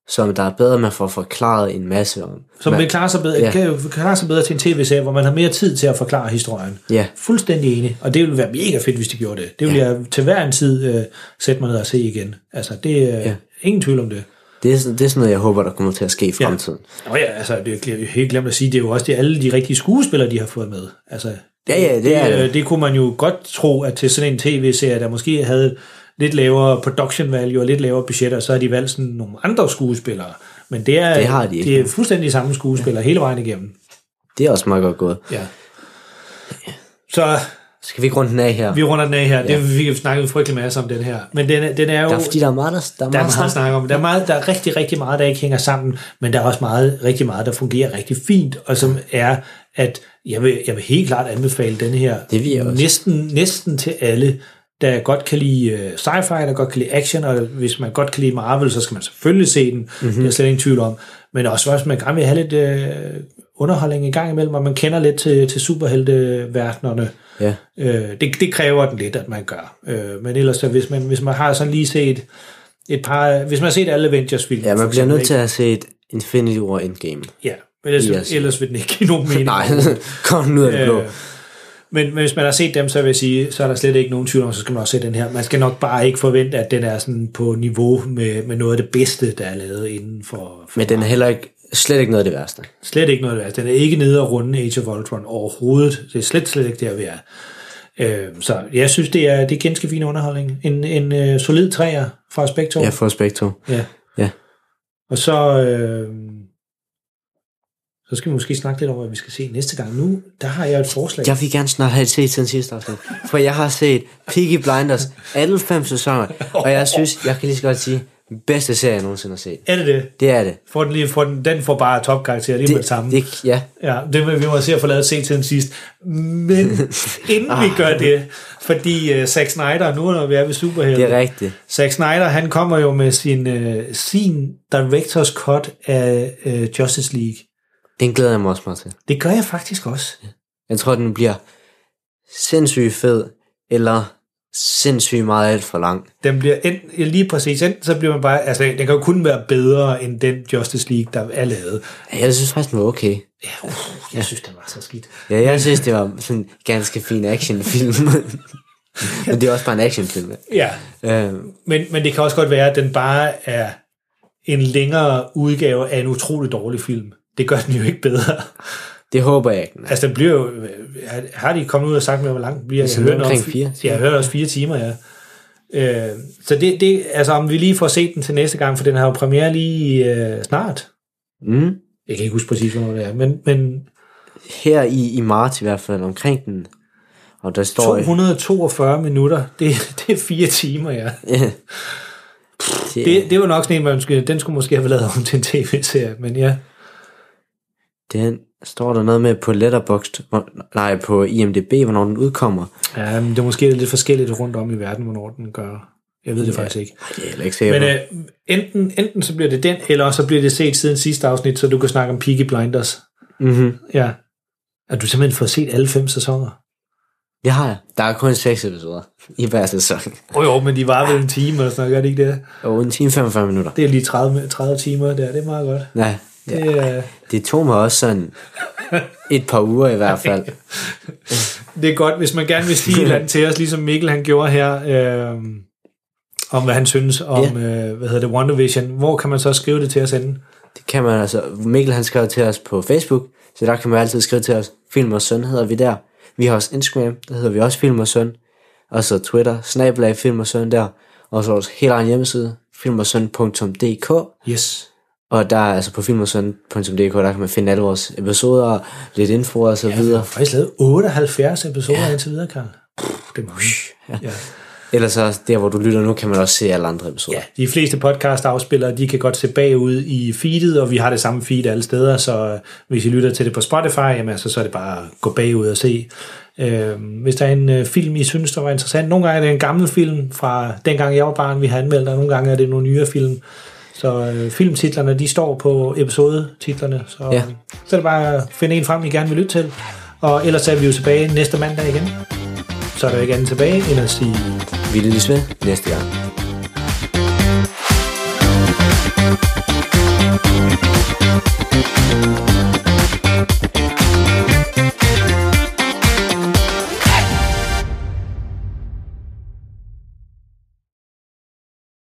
Speaker 2: som der er bedre, man får forklaret en masse om.
Speaker 4: Som
Speaker 2: man,
Speaker 4: vil klare sig bedre,
Speaker 2: Ja.
Speaker 4: ja. kan jo klare sig bedre til en tv-serie, hvor man har mere tid til at forklare historien.
Speaker 2: Ja.
Speaker 4: Fuldstændig enig. Og det ville være mega fedt, hvis de gjorde det. Det ville ja. jeg til hver en tid øh, sætte mig ned og se igen. Altså, det er øh, ja. ingen tvivl om det.
Speaker 2: Det er, sådan, det er sådan noget, jeg håber, der kommer til at ske i fremtiden.
Speaker 4: Nå ja, altså, det er jo glemt- helt glemt at sige, det er jo også det, alle de rigtige skuespillere, de har fået med. Altså,
Speaker 2: Ja, ja, det er
Speaker 4: det,
Speaker 2: det.
Speaker 4: øh, det kunne man jo godt tro, at til sådan en tv-serie, der måske havde lidt lavere production value og lidt lavere budgetter, så har de valgt sådan nogle andre skuespillere. Men det er,
Speaker 2: Det har de ikke.
Speaker 4: det er fuldstændig samme skuespillere ja. hele vejen igennem.
Speaker 2: Det er også meget godt gået.
Speaker 4: Ja. Så
Speaker 2: Skal vi ikke runde den af her?
Speaker 4: vi runder den af her. Ja. Det, vi kan snakke frygtelig masse om den her. Men den, er- den er jo...
Speaker 2: Der er fordi, der er meget, der, der er
Speaker 4: Der er
Speaker 2: meget
Speaker 4: meget at
Speaker 2: snak.
Speaker 4: snakke om. Der er, meget, der er rigtig, rigtig meget, der ikke hænger sammen, men der er også meget, rigtig meget, der fungerer rigtig fint, og som er, at jeg vil, jeg vil helt klart anbefale den her
Speaker 2: Det vil jeg også.
Speaker 4: næsten, næsten til alle, der godt kan lide øh, sci-fi, der godt kan lide action, og hvis man godt kan lide Marvel, så skal man selvfølgelig se den.
Speaker 2: Mhm.
Speaker 4: Mm-hmm. Det er jeg slet ingen tvivl om. Men også, hvis man gerne vil have lidt øh, underholdning i gang imellem, og man kender lidt til, til superhelteverdenerne,
Speaker 2: Ja.
Speaker 4: Øh, det, det kræver den lidt, at man gør. Øh, men ellers, så hvis man, hvis man har sådan lige set et par... Hvis man har set alle Avengers-film...
Speaker 2: ja, man bliver nødt til at have set Infinity War Endgame.
Speaker 4: Ja, men ellers,
Speaker 2: Yes.
Speaker 4: yes. ellers vil den ikke give nogen mening.
Speaker 2: Nej, kom nu ud af det blå.
Speaker 4: Øh, men, men hvis man har set dem, så vil jeg sige, så er der slet ikke nogen tvivl om, så skal man også se den her. Man skal nok bare ikke forvente, at den er sådan på niveau med, med noget af det bedste, der er lavet inden for... for
Speaker 2: Men den er heller ikke, slet ikke noget af det værste.
Speaker 4: Slet ikke noget værd. Den er ikke nede og runde Age of Ultron overhovedet. Det er slet, slet ikke der, vi er. Øh, så jeg synes, det er, det er ganske fin underholdning. En, en øh, solid træer fra Spektrum.
Speaker 2: Jeg får spektrum.
Speaker 4: ja.
Speaker 2: Ja.
Speaker 4: Og så, øh, så skal vi måske snakke lidt om, hvad vi skal se næste gang. Nu, der har jeg et forslag.
Speaker 2: Jeg vil gerne snart have set siden sidste afsnit, for jeg har set Peaky Blinders alle fem sæsoner, og jeg synes, jeg kan lige så godt sige, bedste serie, jeg nogensinde har set.
Speaker 4: Er det det?
Speaker 2: Det er det.
Speaker 4: Får den, lige, får den, den får bare topkarakter lige det,
Speaker 2: Det,
Speaker 4: med det samme.
Speaker 2: det ja,
Speaker 4: Ja, det vil vi må se at få lavet set til den sidst. Men inden vi
Speaker 2: Ah.
Speaker 4: gør det, fordi uh, Zack Snyder, nu når vi er ved
Speaker 2: det
Speaker 4: Superhelden,
Speaker 2: er rigtigt.
Speaker 4: Zack Snyder, han kommer jo med sin, øh, sin director's cut af øh, Justice League.
Speaker 2: Den glæder jeg mig også meget til.
Speaker 4: Det gør jeg faktisk også.
Speaker 2: Jeg tror, den bliver sindssygt fed, eller sindssygt meget alt for lang.
Speaker 4: Den bliver enten, ja, lige præcis, enten så bliver man bare, altså den kan jo kun være bedre end den Justice League, der er lavet.
Speaker 2: Jeg synes faktisk, den var okay.
Speaker 4: Jeg synes, den var så skidt.
Speaker 2: Ja, jeg synes, det var sådan en ganske fin actionfilm. Men det er også bare en actionfilm.
Speaker 4: Ja,
Speaker 2: Øh,
Speaker 4: men, men det kan også godt være, at den bare er en længere udgave af en utrolig dårlig film. Det gør den jo ikke bedre.
Speaker 2: det håber jeg ikke. den er.
Speaker 4: Altså, den bliver jo... har- Har de kommet ud og sagt med, hvor lang den bliver?
Speaker 2: Det er sådan
Speaker 4: noget
Speaker 2: omkring
Speaker 4: om-
Speaker 2: fire
Speaker 4: Jeg hørte også fire timer, ja. Øh, så det, det, altså om vi lige får set den til næste gang, for den har jo premiere lige øh, snart.
Speaker 2: Mm.
Speaker 4: Jeg kan ikke huske præcis, hvornår det er, men, men
Speaker 2: Her i, i marts i hvert fald, omkring den. Og der står...
Speaker 4: 242 minutter, det, det er fire timer, ja.
Speaker 2: Ja. det,
Speaker 4: Det, det var nok sådan en, man skulle, den skulle måske have været lavet om til en tv-serie, men ja.
Speaker 2: Den står der noget med på Letterboxd, hvor- nej, på IMDB, hvornår den udkommer.
Speaker 4: ja men det er måske lidt forskelligt rundt om i verden, hvornår den gør. Jeg ved det
Speaker 2: Ja.
Speaker 4: faktisk ikke.
Speaker 2: Ej, det er jeg heller ikke sikker
Speaker 4: Men
Speaker 2: på.
Speaker 4: øh, enten, enten så bliver det den, eller også så bliver det set siden sidste afsnit, så du kan snakke om Peaky Blinders.
Speaker 2: Mm-hmm.
Speaker 4: Ja. At du simpelthen får set alle fem sæsoner.
Speaker 2: Det har jeg. Der er kun seks episoder i hver sæson.
Speaker 4: Jo jo, men de var vel en time eller sådan noget, gør det ikke det?
Speaker 2: Og en time og 45 minutter.
Speaker 4: Det er lige 30, 30 timer der, det er meget godt.
Speaker 2: Nej,
Speaker 4: Det,
Speaker 2: det,
Speaker 4: ja.
Speaker 2: det tog mig også sådan et par uger i hvert fald.
Speaker 4: det er godt, hvis man gerne vil sige et eller andet til os, ligesom Mikkel han gjorde her, øh, om hvad han synes om, øh, hvad hedder det, WandaVision. Hvor kan man så skrive det til os inden?
Speaker 2: Det kan man altså. Mikkel han skrev til os på Facebook, så der kan man altid skrive til os. Film og Søn hedder vi der. Vi har også Instagram, der hedder vi også Film og Søn. Og så Twitter, snablag Film og Søn der. Og så vores helt egen hjemmeside, filmersøn.dk.
Speaker 4: Yes.
Speaker 2: Og der er altså på filmersøn.dk, der kan man finde alle vores episoder, og lidt info og så videre.
Speaker 4: Jeg har faktisk lavet 78 episoder ja. indtil videre, Karl. Pff, Det er mange. Ja.
Speaker 2: Ellers så der, hvor du lytter nu, kan man også se alle andre episoder.
Speaker 4: Ja, de fleste podcast-afspillere, de kan godt se bagud i feedet, og vi har det samme feed alle steder, så øh, hvis I lytter til det på Spotify, jamen, altså, så er det bare at gå bagud og se. Øh, hvis der er en øh, film, I synes, der var interessant, nogle gange er det en gammel film fra dengang jeg var barn, vi har anmeldt, og nogle gange er det nogle nyere film. Så øh, filmtitlerne, de står på episodetitlerne, så,
Speaker 2: Ja.
Speaker 4: ja. så er det bare at finde en frem, I gerne vil lytte til. Og ellers er vi jo tilbage næste mandag igen. Så er der jo ikke andet tilbage end at sige
Speaker 2: Vi lyttes ved næste gang.